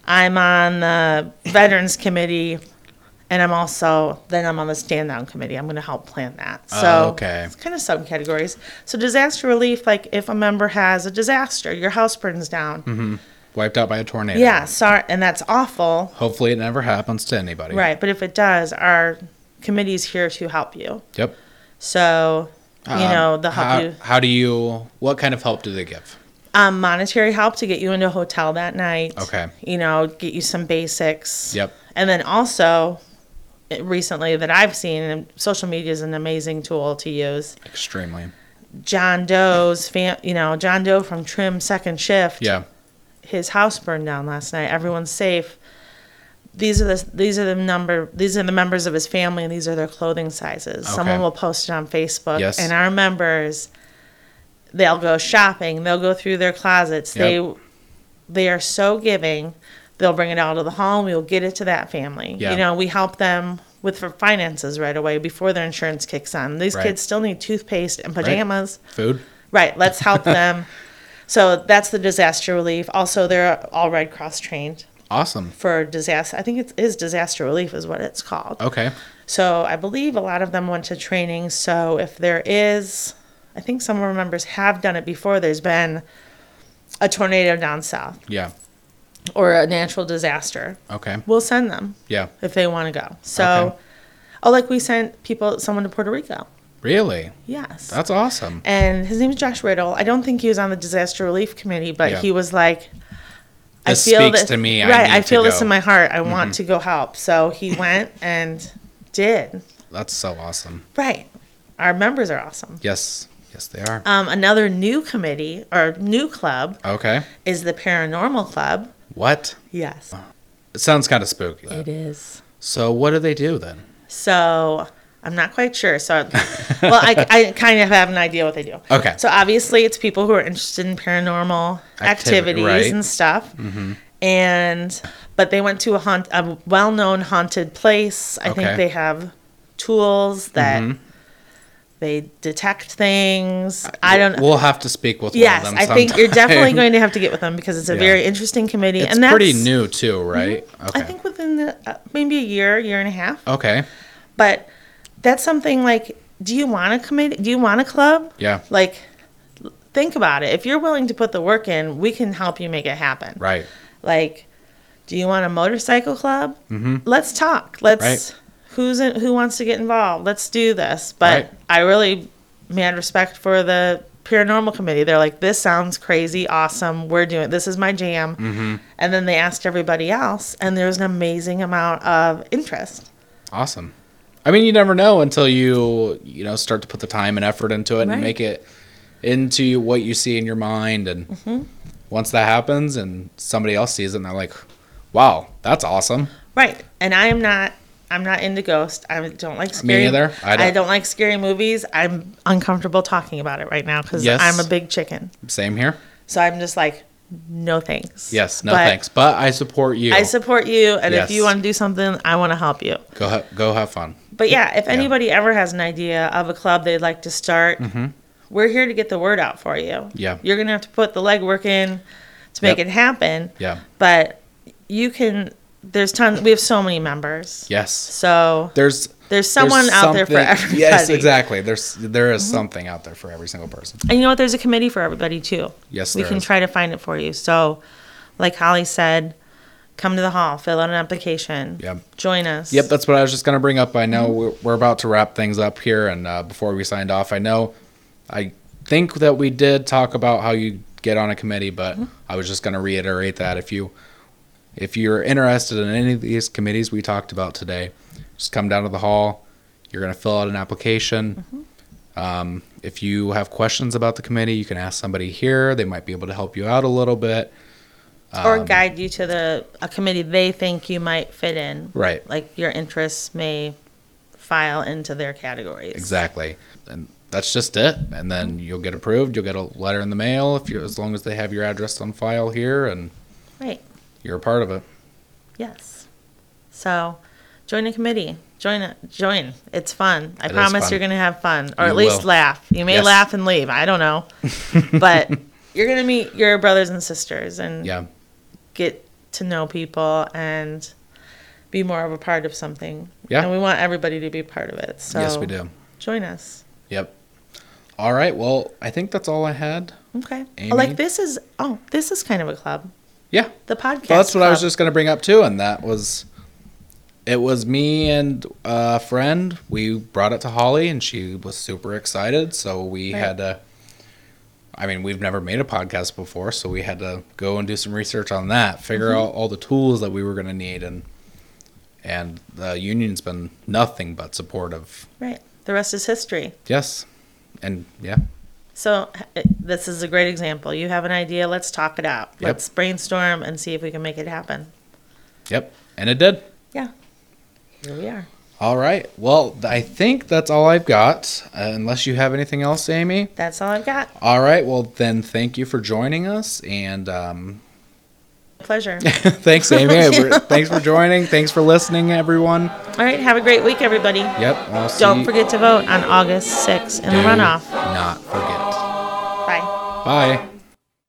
Speaker 3: I'm on the Veterans Committee. And I'm also then I'm on the stand down committee. I'm going to help plan that. So
Speaker 1: Uh, okay.
Speaker 3: it's kind of
Speaker 1: Mm-hmm.
Speaker 3: subcategories. So disaster relief, like if a member has a disaster, your house burns down,
Speaker 1: wiped out by a tornado.
Speaker 3: Yeah, sorry, and that's awful,
Speaker 1: Hopefully, it never happens to anybody.
Speaker 3: right? But if it does, our committee's here to help you.
Speaker 1: Yep.
Speaker 3: So, you
Speaker 1: Um,
Speaker 3: know, the help
Speaker 1: how,
Speaker 3: you
Speaker 1: How do you? What kind of help do they give?
Speaker 3: um, monetary help to get you into a hotel that night.
Speaker 1: Okay.
Speaker 3: You know, get you some basics.
Speaker 1: Yep.
Speaker 3: And then also, it- recently that I've seen, and social media is an amazing tool to use.
Speaker 1: Extremely.
Speaker 3: John Doe's, fam- you know, John Doe from Trim Second Shift.
Speaker 1: Yeah.
Speaker 3: His house burned down last night. Everyone's safe. These are the these are the number these are the members of his family and these are their clothing sizes. Someone
Speaker 1: Okay.
Speaker 3: will post it on Facebook
Speaker 1: Yes.
Speaker 3: and our members they'll go shopping, they'll go through their closets.
Speaker 1: Yep.
Speaker 3: They they are so giving. They'll bring it all to the home. We'll get it to that family.
Speaker 1: Yeah.
Speaker 3: You know, we help them with for finances right away before their insurance kicks on. These
Speaker 1: Right.
Speaker 3: kids still need toothpaste and pajamas.
Speaker 1: Food.
Speaker 3: Right. Let's help them. So that's the disaster relief. Also, they're all Red Cross trained
Speaker 1: Awesome.
Speaker 3: for disaster. I think it is disaster relief, is what it's called.
Speaker 1: Okay.
Speaker 3: So I believe a lot of them went to training. So if there is, I think some of our members have done it before. There's been a tornado down south
Speaker 1: Yeah.
Speaker 3: or a natural disaster.
Speaker 1: Okay.
Speaker 3: We'll send them
Speaker 1: Yeah.
Speaker 3: if they want to go. So,
Speaker 1: Okay.
Speaker 3: oh, like we sent people, someone to Puerto Rico.
Speaker 1: Really?
Speaker 3: Yes
Speaker 1: That's awesome.
Speaker 3: and his name is Josh Riddle. I don't think he was on the disaster relief committee, but
Speaker 1: Yeah.
Speaker 3: he was like,
Speaker 1: This speaks to me. I
Speaker 3: Right,
Speaker 1: need
Speaker 3: I
Speaker 1: to
Speaker 3: feel this
Speaker 1: go." Mm-hmm.
Speaker 3: in my heart. I want to go help. So he went and did.
Speaker 1: That's so awesome.
Speaker 3: Right, our members are awesome.
Speaker 1: Yes. Yes, they are.
Speaker 3: Um, another new committee or new club
Speaker 1: okay.
Speaker 3: is the Paranormal Club.
Speaker 1: What?
Speaker 3: Yes,
Speaker 1: It sounds kind of spooky.
Speaker 3: it is.
Speaker 1: So what do they do then?
Speaker 3: So I'm not quite sure. So, well, I, I kind of have an idea what they do.
Speaker 1: Okay.
Speaker 3: So obviously, it's people who are interested in paranormal
Speaker 1: Activity,
Speaker 3: activities
Speaker 1: right. Mm-hmm.
Speaker 3: and stuff. And but they went to a haunt, a well-known haunted place.
Speaker 1: Okay.
Speaker 3: I
Speaker 1: Mm-hmm.
Speaker 3: think they have tools that they detect things. I don't. know.
Speaker 1: Uh, We'll have to speak with
Speaker 3: yes,
Speaker 1: one of them
Speaker 3: I think you're
Speaker 1: sometime.
Speaker 3: definitely going to have to get with them because it's a
Speaker 1: Yeah.
Speaker 3: very interesting committee,
Speaker 1: It's
Speaker 3: and that's Mm-hmm.
Speaker 1: pretty new too, right?
Speaker 3: I think within the, uh, maybe a year, year and a half.
Speaker 1: Okay.
Speaker 3: But that's something like, do you want a committee? Do you want a club?
Speaker 1: Yeah.
Speaker 3: Like, think about it. If you're willing to put the work in, we can help you make it happen.
Speaker 1: Right.
Speaker 3: Like, do you want a motorcycle club? Mm-hmm. Let's talk. Let's
Speaker 1: Right.
Speaker 3: who's in, who wants to get involved. Let's do this. But
Speaker 1: Right.
Speaker 3: I really man respect for the paranormal committee. They're like, this sounds crazy, awesome. We're doing this is my jam. Mm-hmm. And then they asked everybody else, and there was an amazing amount of interest.
Speaker 1: Awesome. I mean, you never know until you you know start to put the time and effort into it
Speaker 3: Right.
Speaker 1: and make it into what you see in your mind. And
Speaker 3: Mm-hmm.
Speaker 1: once that happens, and somebody else sees it, and they're like, "Wow, that's awesome."
Speaker 3: Right. And I am not I'm not into ghost. I don't like scary.
Speaker 1: neither. I
Speaker 3: I
Speaker 1: don't-
Speaker 3: don't, like scary movies. I'm uncomfortable talking about it right now because
Speaker 1: Yes.
Speaker 3: I'm a big chicken.
Speaker 1: Same here.
Speaker 3: So I'm just like, no thanks.
Speaker 1: Yes. No
Speaker 3: But
Speaker 1: thanks. But I support you.
Speaker 3: I support you, and if
Speaker 1: Yes.
Speaker 3: you want to do something, I want to help you.
Speaker 1: go ha- go have fun.
Speaker 3: But yeah, if anybody ever has an idea of a club they'd like to start, we're here to get the word out for you.
Speaker 1: Mm-hmm. Yeah.
Speaker 3: You're going to have to put the legwork in to make
Speaker 1: Yep.
Speaker 3: it happen.
Speaker 1: Yeah.
Speaker 3: But you can, there's tons, we have so many members.
Speaker 1: Yes.
Speaker 3: So
Speaker 1: There's
Speaker 3: There's
Speaker 1: there's
Speaker 3: someone out there for
Speaker 1: something-
Speaker 3: everybody. Mm-hmm.
Speaker 1: Yes, exactly. There's there is something out there for every single person.
Speaker 3: And you know what? There's a committee for everybody too.
Speaker 1: Yes,
Speaker 3: we
Speaker 1: there
Speaker 3: can
Speaker 1: is.
Speaker 3: try to find it for you. So, like Holly said, come to the hall, fill out an application.
Speaker 1: Yep.
Speaker 3: Join us.
Speaker 1: Yep, that's what I was just going to bring up. I know we're, we're about to wrap things up here, and uh, before we signed off, I know I think that we did talk about how you get on a committee, but I was just going to reiterate that if you if you're interested in any of these committees we talked about today, just come down to the hall. You're going to fill out an application. Um, if you have questions about the committee, you can ask somebody here. They might be able to help you out a little bit. Um,
Speaker 3: or guide you to the a committee they think you might fit in.
Speaker 1: Right.
Speaker 3: Like your interests may file into their categories.
Speaker 1: Exactly. And that's just it. And then you'll get approved. You'll get a letter in the mail if you as long as they have your address on file here and
Speaker 3: Right.
Speaker 1: you're a part of it.
Speaker 3: Yes. So, join a committee. Join it. Join. It's fun. I
Speaker 1: is
Speaker 3: promise
Speaker 1: fun.
Speaker 3: you're going to have fun, or
Speaker 1: You
Speaker 3: at least
Speaker 1: will.
Speaker 3: laugh. You may
Speaker 1: Yes.
Speaker 3: laugh and leave. I don't know, but you're going to meet your brothers and sisters and
Speaker 1: Yeah.
Speaker 3: get to know people and be more of a part of something.
Speaker 1: Yeah.
Speaker 3: And we want everybody to be part of it. So
Speaker 1: Yes, we do.
Speaker 3: Join us.
Speaker 1: Yep. All right. Well, I think that's all I had.
Speaker 3: Okay.
Speaker 1: Amy?
Speaker 3: Like this is oh, this is kind of a club.
Speaker 1: Yeah.
Speaker 3: the podcast.
Speaker 1: Well, that's what I was
Speaker 3: club.
Speaker 1: just going to bring up too, and that was it was me and a friend. We brought it to Holly, and she was super excited. So we
Speaker 3: Right.
Speaker 1: had to. I mean, we've never made a podcast before, so we had to go and do some research on that, figure out all the tools that we were going to need, and and the union's been nothing but supportive.
Speaker 3: right. The rest is history.
Speaker 1: Yes, and yeah,
Speaker 3: So h- this is a great example. You have an idea. Let's talk it out.
Speaker 1: Yep.
Speaker 3: Let's brainstorm and see if we can make it happen.
Speaker 1: yep, and it did.
Speaker 3: Yeah. Here we are.
Speaker 1: All right. Well, I think that's all I've got, uh, unless you have anything else, Amy.
Speaker 3: That's all I've got.
Speaker 1: All right. Well, then, thank you for joining us, and um,
Speaker 3: Pleasure.
Speaker 1: thanks, Amy. thanks for joining. Thanks for listening, everyone.
Speaker 3: all right. Have a great week, everybody.
Speaker 1: Yep. I'll see
Speaker 3: Don't
Speaker 1: you-
Speaker 3: forget to vote on August 6th in the
Speaker 1: Do
Speaker 3: runoff.
Speaker 1: Not forget.
Speaker 3: Bye.
Speaker 1: Bye.